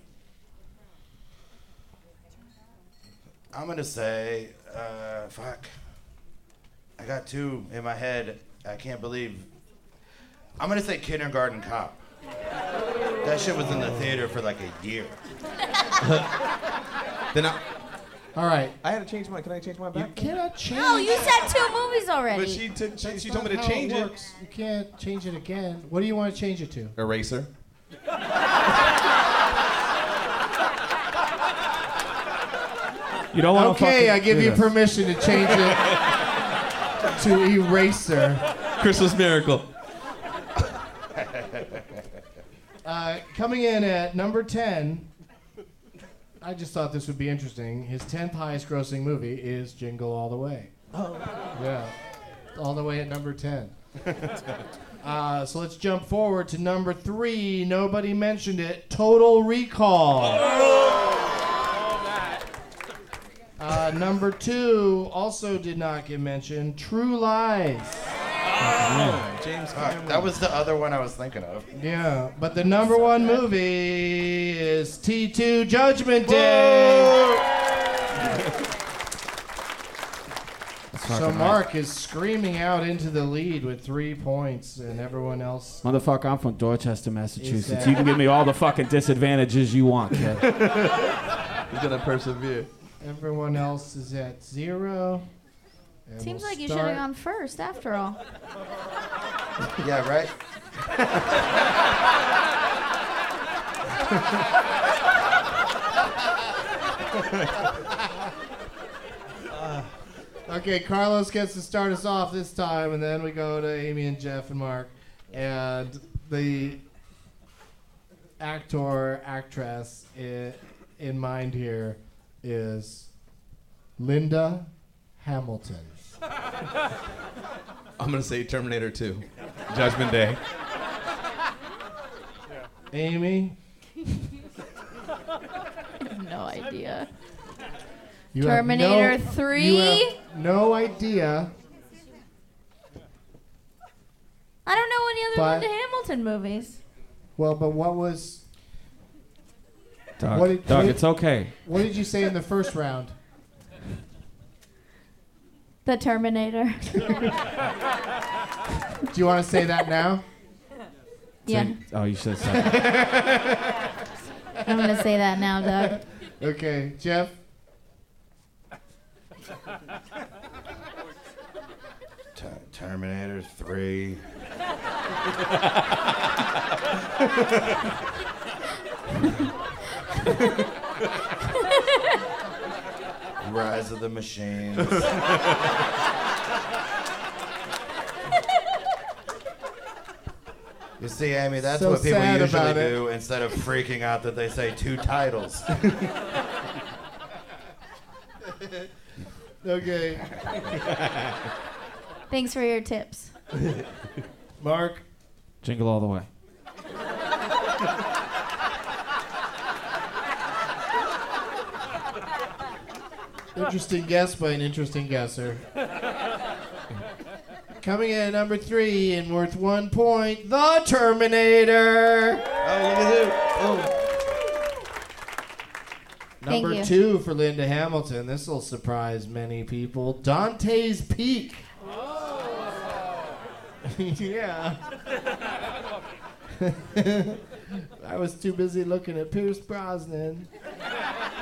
I'm gonna say, uh, fuck. I got two in my head. I can't believe. I'm gonna say Kindergarten Cop. That shit was in the theater for like a year.
then I,
All right.
I had to change my. Can I change my back?
Cannot change.
No, you said two movies already.
But she took. She, she told me
How
to change
it
it.
works. You can't change it again. What do you want to change it to?
Eraser.
You don't want
Okay,
to
I give you permission to change it to eraser.
Christmas miracle.
Uh, coming in at number 10, I just thought this would be interesting. His 10th highest grossing movie is Jingle All the Way. Oh. Yeah. All the way at number 10. Uh, so let's jump forward to number three. Nobody mentioned it. Total Recall. Uh, number two also did not get mentioned. True Lies.
James
Fuck, that was the other one I was thinking of.
Yeah, but the number one movie is T2 Judgment Day. So Mark is screaming out into the lead with three points, and everyone else.
Motherfucker, I'm from Dorchester, Massachusetts.
Is
You
that-
can give me all the fucking disadvantages you want, kid.
*laughs*
He's gonna persevere.
Everyone else is at zero. and
Seems
we'll
like you should
start-
have gone first after all.
Yeah, right?
*laughs* Okay, Carlos gets to start us off this time, and then we go to Amy and Jeff and Mark, and the actor actress i in mind here is Linda Hamilton.
I'm gonna say Terminator 2. Judgment Day.
Amy,
No idea.
you
Terminator
have no,
3?
You have no idea,
I don't know any other
But-
Linda Hamilton movies.
Well, but what was
Doug,
What did-
Doug,
what did-
it's okay.
what did you say in the first round?
The Terminator.
Do you want to say that now?
yeah,
Oh, you should have said that.
I'm gonna say that now, Doug.
Okay, Jeff.
T- Terminator 3.
Rise of the Machines. you see, Amy, that's
So
what people
sad
usually
about it.
do instead of freaking out that they say two titles.
Okay.
Thanks for your tips.
Mark.
Jingle all the way.
Interesting guess by an interesting guesser. Coming in at number three and worth one point, The Terminator.
Oh,
Thank
Number
you.
two for Linda Hamilton. This will surprise many people. Dante's Peak.
Oh.
*laughs* yeah. *laughs* I was too busy looking at Pierce Brosnan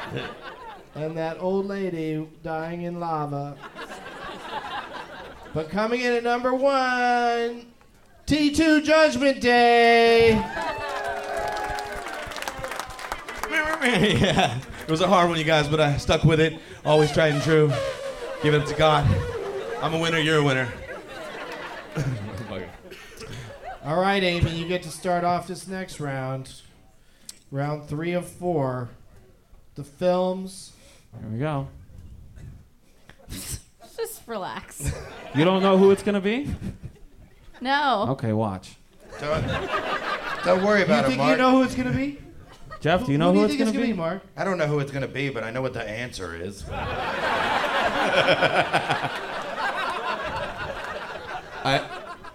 *laughs*
and that old lady dying in lava. But coming in at number one, T2 Judgment Day.
*laughs* yeah, it was a hard one, you guys, but I stuck with it. Always tried and true. Give it up to God. I'm a winner. You're a winner.
*laughs* All right, Amy, you get to start off this next round. Round three of four. The films.
Here we go.
Just relax.
You don't know who it's gonna be?
No.
Okay, watch.
Don't worry about
you
it,
think
Mark.
you know who it's gonna be?
Jeff, do you know who, it's gonna be?
Mark?
I don't know who it's gonna be, but I know what the answer is.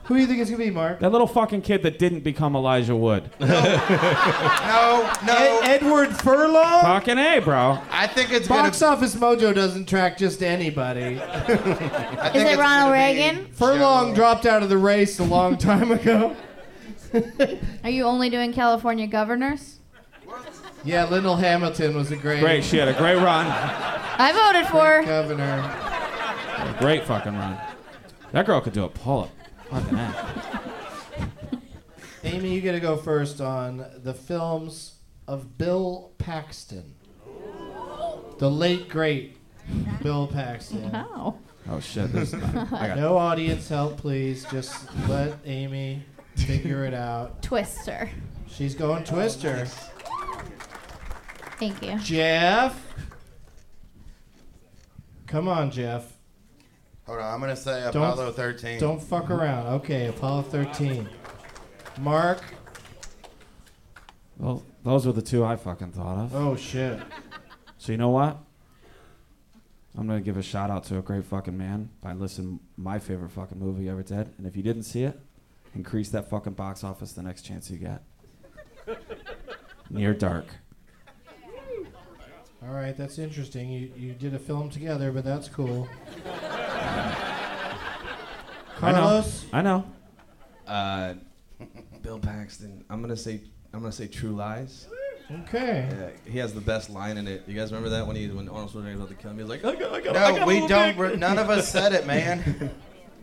Who do you think it's gonna be, Mark?
That little fucking kid that didn't become Elijah
*laughs*
Wood.
no, no.
Edward Furlong.
Fucking a, bro.
I think it's
Box Office Mojo doesn't track just anybody.
Is it Ronald Reagan?
Furlong dropped out of the race a long time ago.
*laughs* Are you only doing California governors?
Yeah, Lyndall Hamilton was a great,
Great. She had a great run.
I voted for.
governor.
A great fucking run. That girl could do a pull-up. Fucking a.
Amy, you get to go first on the films of Bill Paxton, the late great Bill Paxton.
Wow.
Oh shit. This is not, I got
No audience help, please. Just let Amy figure it out.
Twister.
She's going Twister.
Thank you.
Jeff, come on, Jeff.
Hold on, I'm gonna say
Don't-
Apollo 13.
Don't fuck around. Okay, Apollo 13. Mark.
Well, those were the two I fucking thought of.
Oh shit.
So you know what? I'm gonna give a shout out to a great fucking man by listing my favorite fucking movie ever did. And if you didn't see it, increase that fucking box office the next chance you get. Near Dark.
All right, that's interesting. You you did a film together, but that's cool. Carlos.
I know.
Uh, Bill Paxton. I'm gonna say. I'm gonna say True Lies.
Okay.
Yeah, he has the best line in it. You guys remember that when he when Arnold Schwarzenegger was about to kill him? He was like, I got, I got, I
No,
got a
we
little
don't.
dick."
Re- none of us said it, man.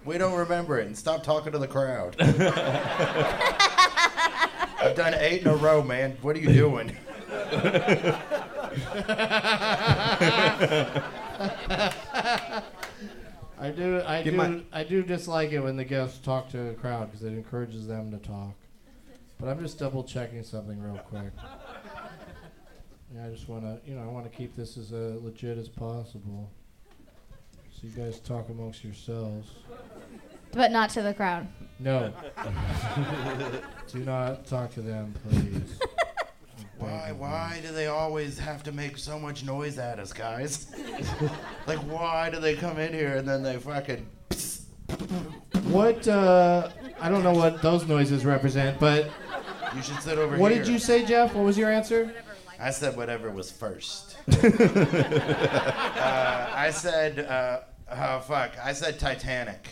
We don't remember it. And stop talking to the crowd. I've done eight in a row, man. What are you
*laughs*
doing?
I do I
Give
do
my-
I do dislike it when the guests talk to the crowd because it encourages them to talk. But I'm just double checking something real quick. Yeah, I just want to you know I want to keep this as uh, legit as possible. So you guys talk amongst yourselves.
But not to the crowd.
No. do not talk to them, please.
*laughs* Why? Why do they always have to make so much noise at us, guys? *laughs* like, why do they come in here and then they fucking? *laughs*
What uh, I don't know what those noises represent, but
You should sit over
what
here.
did you say, Jeff? What was your answer?
I said whatever was first. uh, I said, uh, oh fuck, I said Titanic.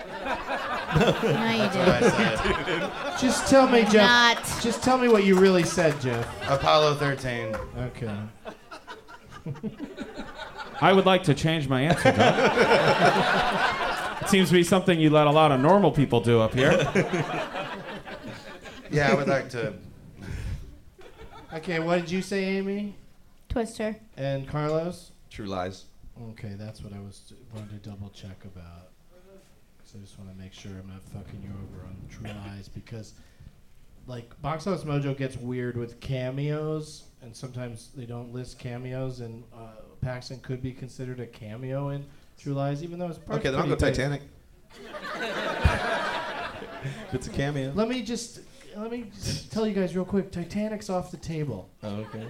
No, you
That's
did.
what I said.
Just tell me, Jeff.
Not.
Just tell me what you really said, Jeff.
Apollo 13.
Okay.
I would like to change my answer. Doug. it seems to be something you let a lot of normal people do up here.
Yeah, I would like to.
Okay, what did you say, Amy?
Twister.
And Carlos?
True lies.
Okay, that's what I was wanted to double check about. So I just want to make sure I'm not fucking you over on True Lies because, like, Box Office Mojo gets weird with cameos, and sometimes they don't list cameos, and uh, Paxton could be considered a cameo in True Lies, even though it's part
Okay, then I'll go
*laughs*
Titanic. it's a cameo.
Let me just let me just tell you guys real quick. Titanic's off the table.
Oh,
*laughs*
okay.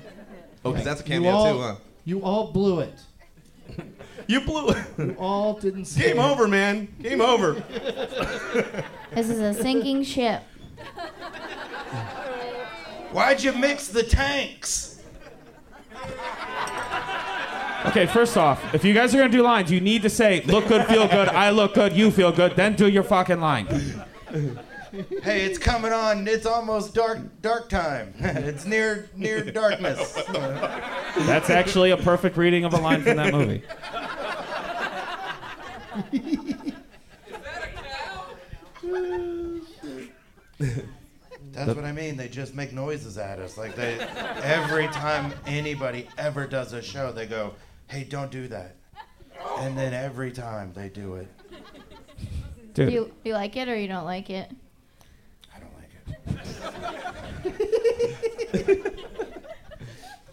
Oh, because that's a
You
cameo
all-
too, huh?
You all blew it.
*laughs* you blew it.
You all didn't. see
Game
it.
over, man. Game over.
This is a sinking ship.
Why'd you mix the tanks?
Okay, first off, if you guys are gonna do lines, you need to say "look good, feel good, I look good, you feel good," then do your fucking line.
hey, it's coming on. It's almost dark. Dark time. *laughs* it's near near darkness.
That's actually a perfect reading of a line from that movie.
That's what I mean. They just make noises at us. Like they, every time anybody ever does a show, they go, "Hey, don't do that," and then every time they do it.
Do you, do you like it or you don't like it?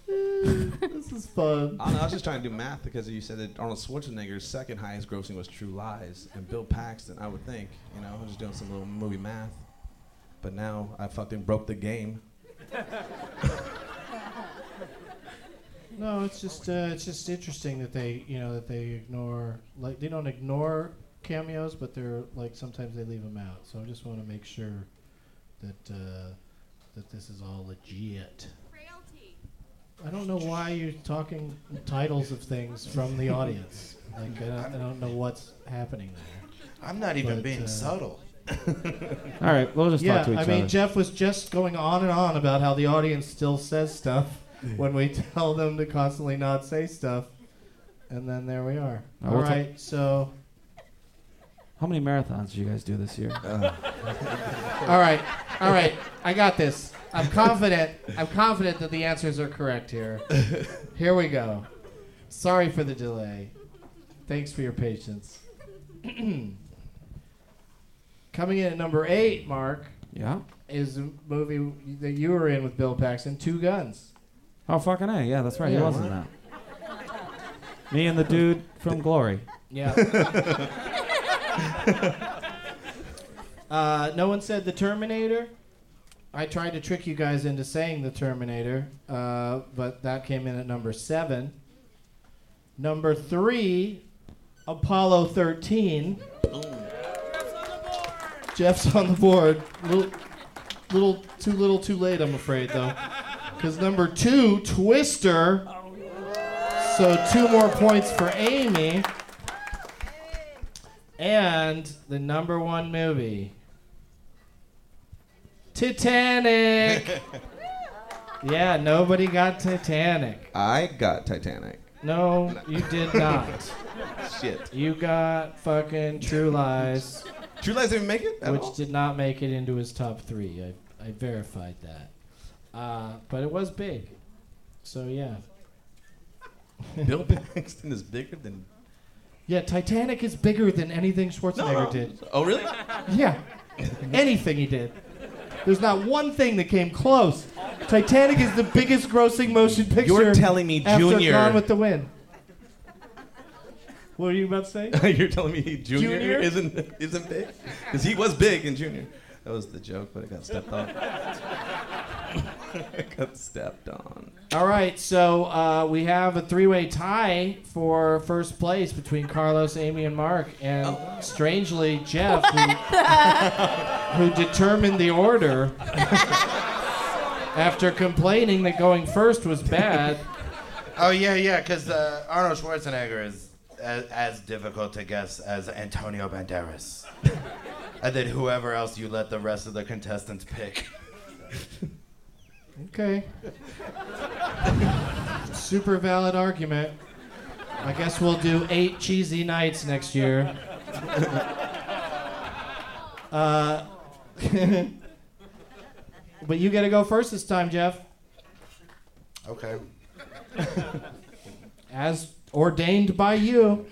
this is fun.
I, don't know, I was just trying to do math because you said that Arnold Schwarzenegger's second highest grossing was True Lies, and Bill Paxton. I would think, you know, I was just doing some little movie math, but now I fucking broke the game.
No, it's just uh, it's just interesting that they you know that they ignore like they don't ignore cameos, but they're like sometimes they leave them out. So I just want to make sure that uh, that this is all legit. I don't know why you're talking titles of things from the audience. Like I don't, I don't know what's happening there.
I'm not even being
uh,
subtle.
All right, we'll just
yeah,
talk to each
I mean,
other.
Jeff was just going on and on about how the audience still says stuff when we *laughs* tell them to constantly not say stuff, and then there we are.
Uh,
All
we'll ta-
right, so
How many marathons did you guys do this year?
all right, all right, I got this. I'm confident. I'm confident that the answers are
*laughs*
correct here. Here we go. Sorry for the delay. Thanks for your patience. *clears throat* Coming in at number eight, Mark.
Yeah.
Is a movie that you were in with Bill Paxton, Two Guns.
Oh fucking a! Yeah, that's right.
Yeah.
he wasn't that. Me and the dude from Glory.
Yeah. uh, no one said the Terminator. I tried to trick you guys into saying the Terminator, uh, but that came in at number seven. Number three, Apollo 13. Jeff's on the board. Little, little too little, too late. I'm afraid though, because number two, Twister. So two more points for Amy. And the number one movie, Titanic. yeah, nobody got Titanic.
I got Titanic.
No, you did not.
Shit.
You got fucking True Lies.
True Lies didn't make it, at
which
all?
did not make it into his top three. I, I verified that, uh, but it was big. So yeah,
Bill Paxton is bigger than.
yeah. Titanic is bigger than anything Schwarzenegger
no.
did.
Oh really? *laughs*
Yeah. Anything he did. There's not one thing that came close. Titanic is the biggest grossing motion picture.
You're telling me
after
Junior-
Gone with the Wind. What are you about to say?
You're telling me Junior,
Junior?
isn't isn't big? Because he was big in Junior. That was the joke, but it got stepped on. *laughs* it got stepped on.
All right, so uh, we have a three-way tie for first place between Carlos, Amy, and Mark, and strangely Jeff, *laughs* who, who determined the order after complaining that going first was bad.
Oh yeah, yeah. Because uh, Arnold Schwarzenegger is as, as difficult to guess as Antonio *laughs* Banderas, and then whoever else you let the rest of the contestants pick. *laughs*
Okay. Super valid argument. I guess we'll do eight cheesy nights next year. *laughs* uh, but you get to go first this time, Jeff.
Okay.
As ordained by you.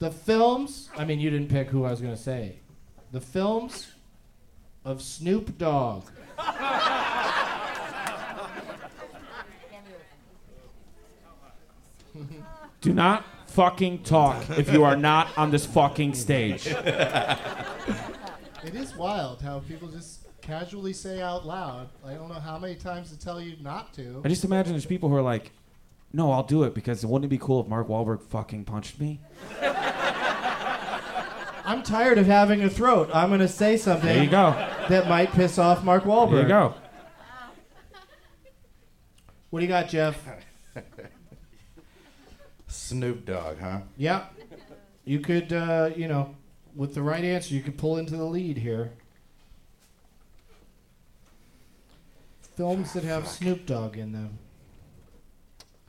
The films, I mean, you didn't pick who I was going to say. The films of Snoop Dogg.
Do not fucking talk if you are not on this fucking stage.
It is wild how people just casually say out loud. I don't know how many times to tell you not to.
I just imagine there's people who are like, no, I'll do it because wouldn't it be cool if Mark Wahlberg fucking punched me?
I'm tired of having a throat. I'm going to say something.
There you go.
That might piss off Mark Wahlberg.
There you go.
What do you got, Jeff?
*laughs* Snoop Dogg, huh?
yeah. You could, uh, you know, with the right answer, you could pull into the lead here. Films that have Snoop Dogg in them.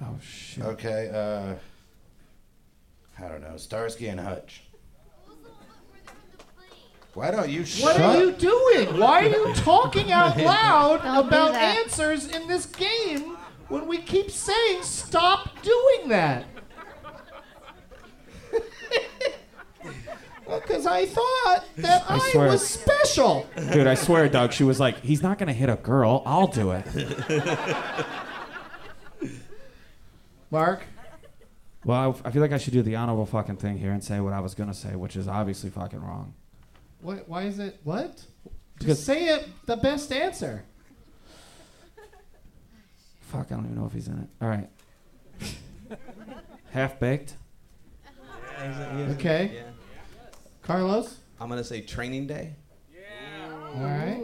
Oh shit.
Okay. Uh, I don't know. Starsky and Hutch. Why don't you
What
shut?
are you doing? Why are you
*laughs*
talking out loud
Don't do
about
that.
answers in this game when we keep saying stop doing that? Because I thought that
I
I,
swear.
was special.
Dude, I swear, Doug, she was like, he's not going to hit a girl. I'll do it.
Mark?
Well, I f- I, feel like I should do the honorable fucking thing here and say what I was going to say, which is obviously fucking wrong.
What, why is it? What?
Because-
Just say it. The best answer.
Fuck, I don't even know if he's in it. All right. Half baked.
Okay. Carlos.
I'm gonna say training day.
All right.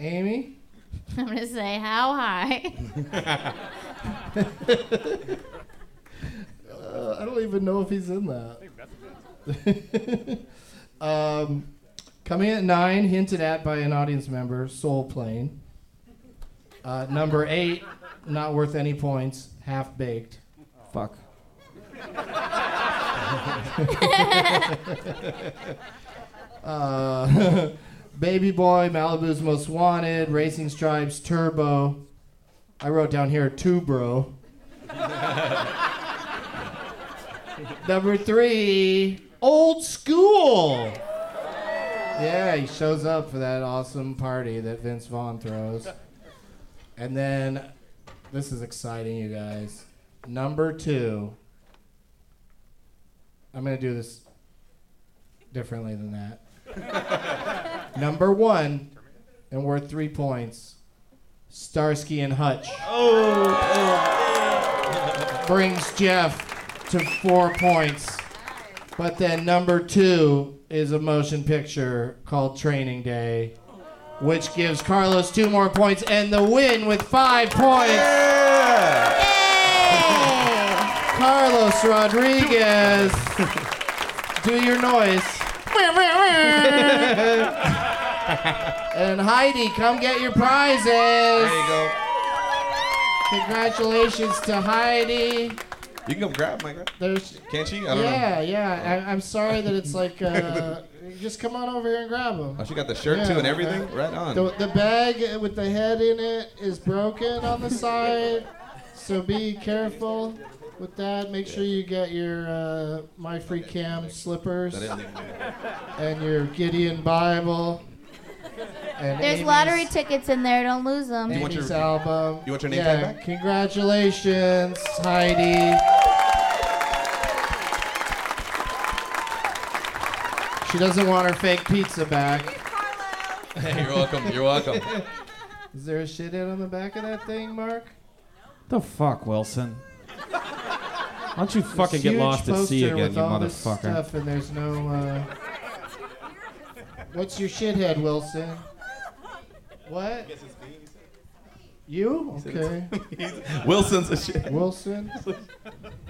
Amy.
*laughs* I'm gonna say how high.
*laughs* Uh, I don't even know if he's in that. *laughs* um, coming at nine, hinted at by an audience member, Soul Plane. Uh, number eight, not worth any points, half baked.
Fuck.
uh, Baby Boy, Malibu's Most Wanted, Racing Stripes, Turbo. I wrote down here two bro. Number three, Old School. Yeah, he shows up for that awesome party that Vince Vaughn throws. And then, this is exciting, you guys. Number two, I'm going to do this differently than that. Number one, and worth three points. Starsky and Hutch brings Jeff to four points. But then number two is a motion picture called Training Day, which gives Carlos two more points and the win with five points. Carlos Rodriguez, do your noise. And Heidi, come get your prizes. There you
go.
Congratulations to Heidi.
You can go grab my grab.
There's,
Can't she? I don't
yeah,
know.
yeah. I, I'm sorry that it's like, uh, *laughs* just come on over here and grab them.
Oh, she got the shirt too and everything. Right on.
The, the bag with the head in it is broken on the side, so be careful with that. Make sure you get your uh, My Free Cam slippers
That isn't
and your Gideon Bible. And
There's
Amy's-
lottery tickets in there. Don't lose them.
Amy's album.
you want your name
yeah,
tag back?
Congratulations, Heidi. She doesn't want her fake pizza back.
*laughs* Hey, you're welcome. You're welcome.
Is there a shit in on the back of that thing, Mark?
The fuck, Wilson? Why don't you fucking get
Huge
lost at sea
poster
again,
with
you
all this
motherfucker?
Stuff and there's no. Uh... What's your shithead, Wilson? What? You? Okay.
*laughs*
Wilson's a shit.
Wilson?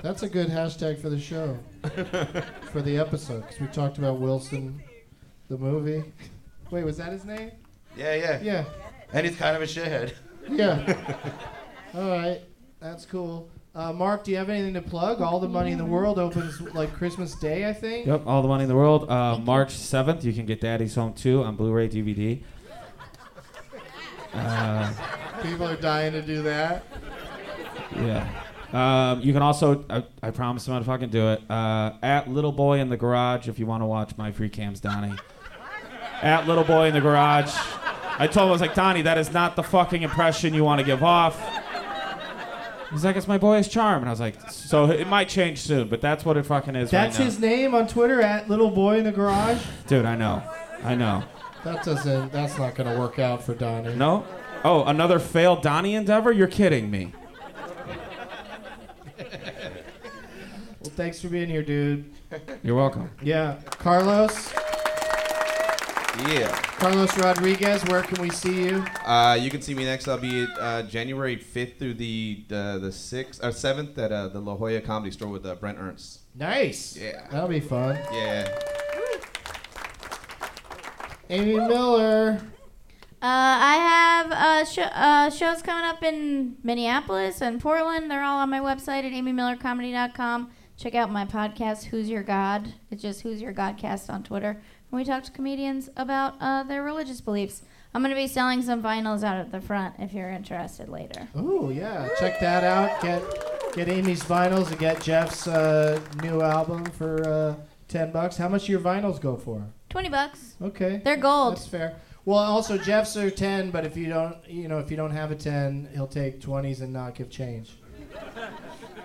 That's a good hashtag for the show, for the episode, because we talked about Wilson, the movie. Wait, was that his name?
Yeah, yeah.
Yeah.
And he's kind of a shithead.
Yeah. All right. That's cool. Uh, Mark, do you have anything to plug? All the money in the world opens like Christmas Day, I think.
Yep, all the money in the world. Uh, March 7th, you can get Daddy's Home 2 on Blu ray DVD. Uh,
People are dying to do that.
Yeah. Um, you can also, I, I promise I'm gonna fucking do it. Uh, at Little Boy in the Garage if you want to watch my free cams, Donnie. at Little Boy in the Garage. I told him, I was like, Donnie, that is not the fucking impression you want to give off. He's like, it's my boyish charm. And I was like, so it might change soon, but that's what it fucking is
That's
right now.
his name on Twitter at Little Boy in the Garage.
Dude, I know. I know.
That doesn't. That's not gonna work out for Donnie.
No? Oh, another failed Donnie endeavor? You're kidding me.
Well, thanks for being here, dude.
You're welcome.
Yeah, Carlos.
Yeah.
Carlos Rodriguez. Where can we see you?
Uh, you can see me next. I'll be uh, January 5th through the uh, the 6th or 7th at uh, the La Jolla Comedy Store with uh, Brent Ernst.
Nice.
Yeah.
That'll be fun.
Yeah.
Amy Miller.
Uh, I have uh, sho uh, shows coming up in Minneapolis and Portland. They're all on my website at amymillercomedy.com. Check out my podcast, Who's Your God? It's just Who's Your Godcast on Twitter. And we talk to comedians about uh, their religious beliefs. I'm going to be selling some vinyls out at the front if you're interested later.
Oh yeah, check that out. Get get Amy's vinyls and get Jeff's uh, new album for uh, ten bucks. How much do your vinyls go for?
20 bucks.
Okay.
They're gold.
That's fair. Well, also Jeff's are ten, but if you don't, you know, if you don't have a ten, he'll take twenties and not give change.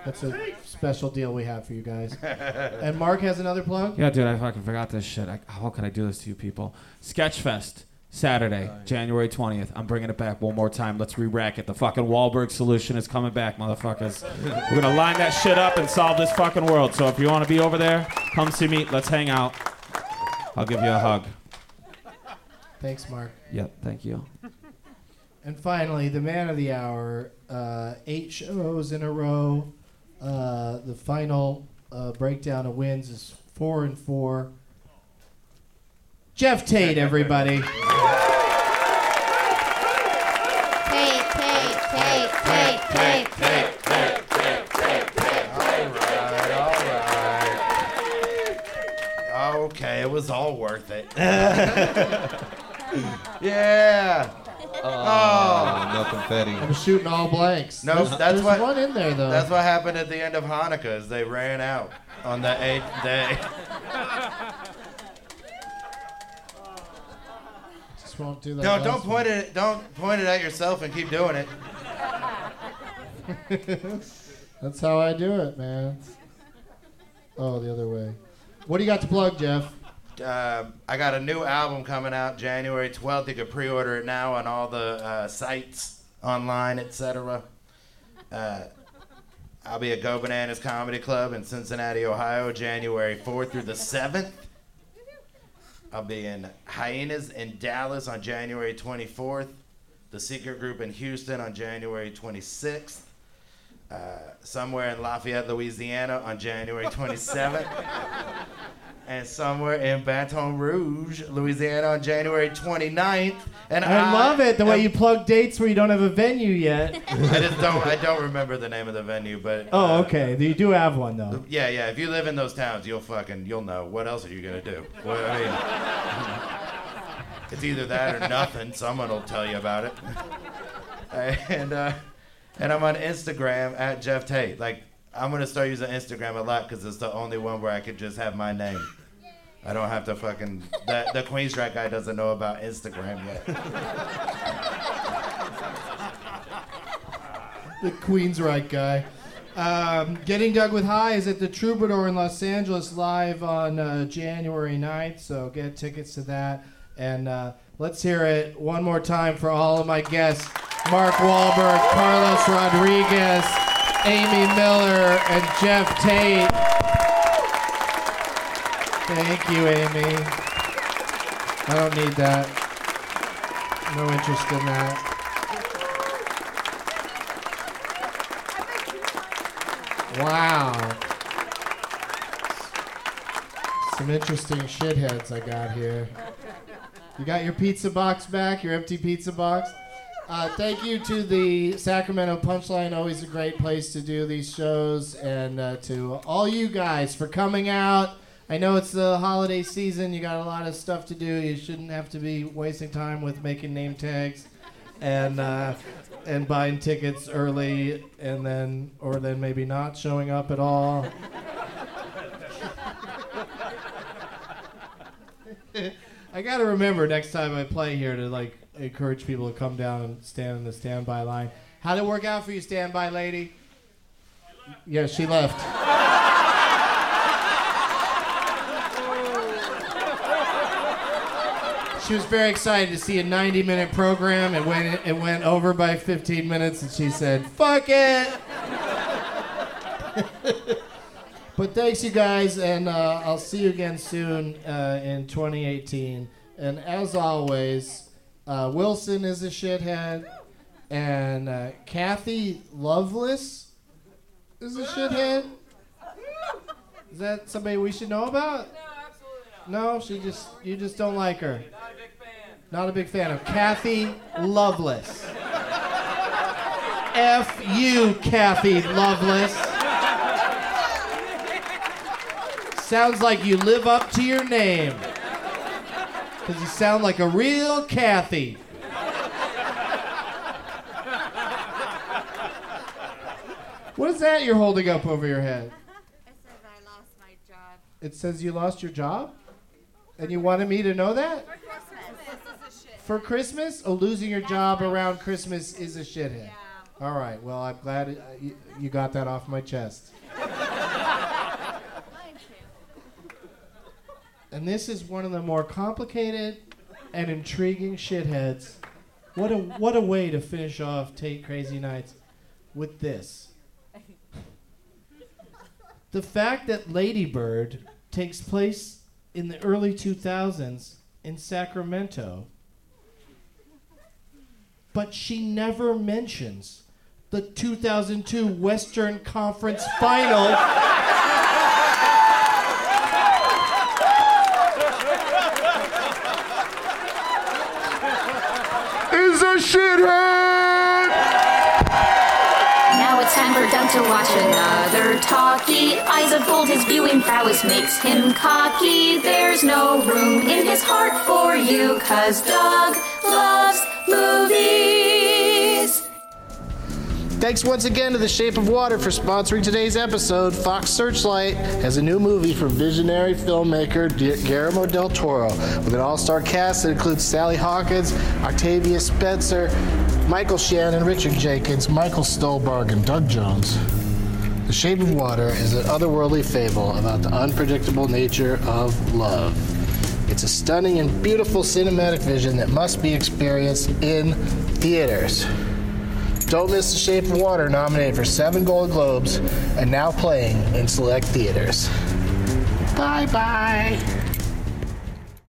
That's a special deal we have for you *laughs* guys. And Mark has another plug.
Yeah, dude, I fucking forgot this shit. I, how could I do this to you people? Sketchfest, Saturday, January 20th. I'm bringing it back one more time. Let's re rack it. The fucking Wahlberg solution is coming back, motherfuckers. We're gonna line that shit up and solve this fucking world. So if you wanna be over there, come see me. Let's hang out. I'll give you a hug.
Thanks, Mark.
Yep, thank you.
And finally, the man of the hour, uh, eight shows in a row. Uh, the final uh, breakdown of wins is four and four. Jeff Tate, everybody.
Tate, Tate, Tate, Tate, Tate, Tate.
Okay, it was all worth it.
*laughs*
*laughs* yeah.
Oh, no confetti.
I'm shooting all blanks.
No,
There's-
that's what.
there's one in there though.
That's what happened at the end of Hanukkah. Is they ran out on the eighth day.
*laughs* Just won't do that.
No,
last
don't
one.
point it. Don't point it at yourself and keep doing it.
*laughs* That's how I do it, man. Oh, the other way. What do you got to plug, Jeff?
Uh, I got a new album coming out January 12th. You can pre-order it now on all the uh, sites online, etc. Uh, I'll be at Go Bananas Comedy Club in Cincinnati, Ohio, January 4th through the 7th. I'll be in Hyenas in Dallas on January 24th. The Secret Group in Houston on January 26th. Uh, somewhere in Lafayette, Louisiana on January
*laughs*
27th. and somewhere in Baton Rouge, Louisiana on January 29th. And
I,
I,
Ah.
love it the way
am-
you plug dates where you don't have a venue yet.
*laughs*
*laughs*
I just don't I don't remember the name of the venue, but
oh, okay. You do have one though.
yeah, yeah. If you live in those towns, you'll fucking you'll know. What else are you gonna do? Well, I mean, it's either that or nothing. Someone will tell you about it. *laughs* And uh, and I'm on Instagram at Jeff Tate. Like I'm gonna start using Instagram a lot because it's the only one where I could just have my name. I don't have to fucking that the Queen Strike guy doesn't know about Instagram yet.
The Queen's right guy. Um, Getting Dug with High is at the Troubadour in Los Angeles live on uh, January 9th, so get tickets to that. And uh, let's hear it one more time for all of my guests Mark Wahlberg, Carlos Rodriguez, Amy Miller, and Jeff Tate. Thank you, Amy. I don't need that. No interest in that. Wow. Some interesting shitheads I got here. You got your pizza box back, your empty pizza box. Uh, thank you to the Sacramento Punchline, always a great place to do these shows, and uh, to all you guys for coming out. I know it's the holiday season, you got a lot of stuff to do. You shouldn't have to be wasting time with making name tags. and uh, and buying tickets early, and then or then maybe not showing up at all. *laughs* I gotta remember next time I play here to like encourage people to come down and stand in the standby line. How'd it work out for you, standby lady? Yeah, she left. She was very excited to see a 90 minute program. It went, it went over by 15 minutes, and she said, Fuck it! *laughs* but thanks, you guys, and uh, I'll see you again soon uh, in 2018. And as always, uh, Wilson is a shithead, and uh, Kathy Loveless is a shithead. Is that somebody we should know about? No, she just you just don't like her. Not a big fan of Kathy Loveless. F you, Kathy Loveless. Sounds like you live up to your name. Because you sound like a real Kathy. What is that you're holding up over your head? It says you lost your job? And you wanted me to know that? For Christmas? Oh, losing your job around Christmas is a shithead. All right, well, I'm glad uh, you, you got that off my chest. And this is one of the more complicated and intriguing shitheads. What a, what a way to finish off Tate Crazy Nights with this. The fact that Ladybird takes place in the early 2000s in Sacramento, but she never mentions the 2002 Western Conference Final.
Is a shithead! Now it's time for Doug to watch another talkie. Eyes of gold, his viewing prowess makes him cocky. There's no room in his heart for you, cause Doug loves movies.
Thanks once again to The Shape of Water for sponsoring today's episode. Fox Searchlight has a new movie from visionary filmmaker Di- Guillermo del Toro with an all star cast that includes Sally Hawkins, Octavia Spencer, Michael Shannon, Richard Jenkins, Michael Stolberg, and Doug Jones. The Shape of Water is an otherworldly fable about the unpredictable nature of love. It's a stunning and beautiful cinematic vision that must be experienced in theaters. Don't miss The Shape of Water, nominated for seven Gold Globes and now playing in select theaters. Bye bye.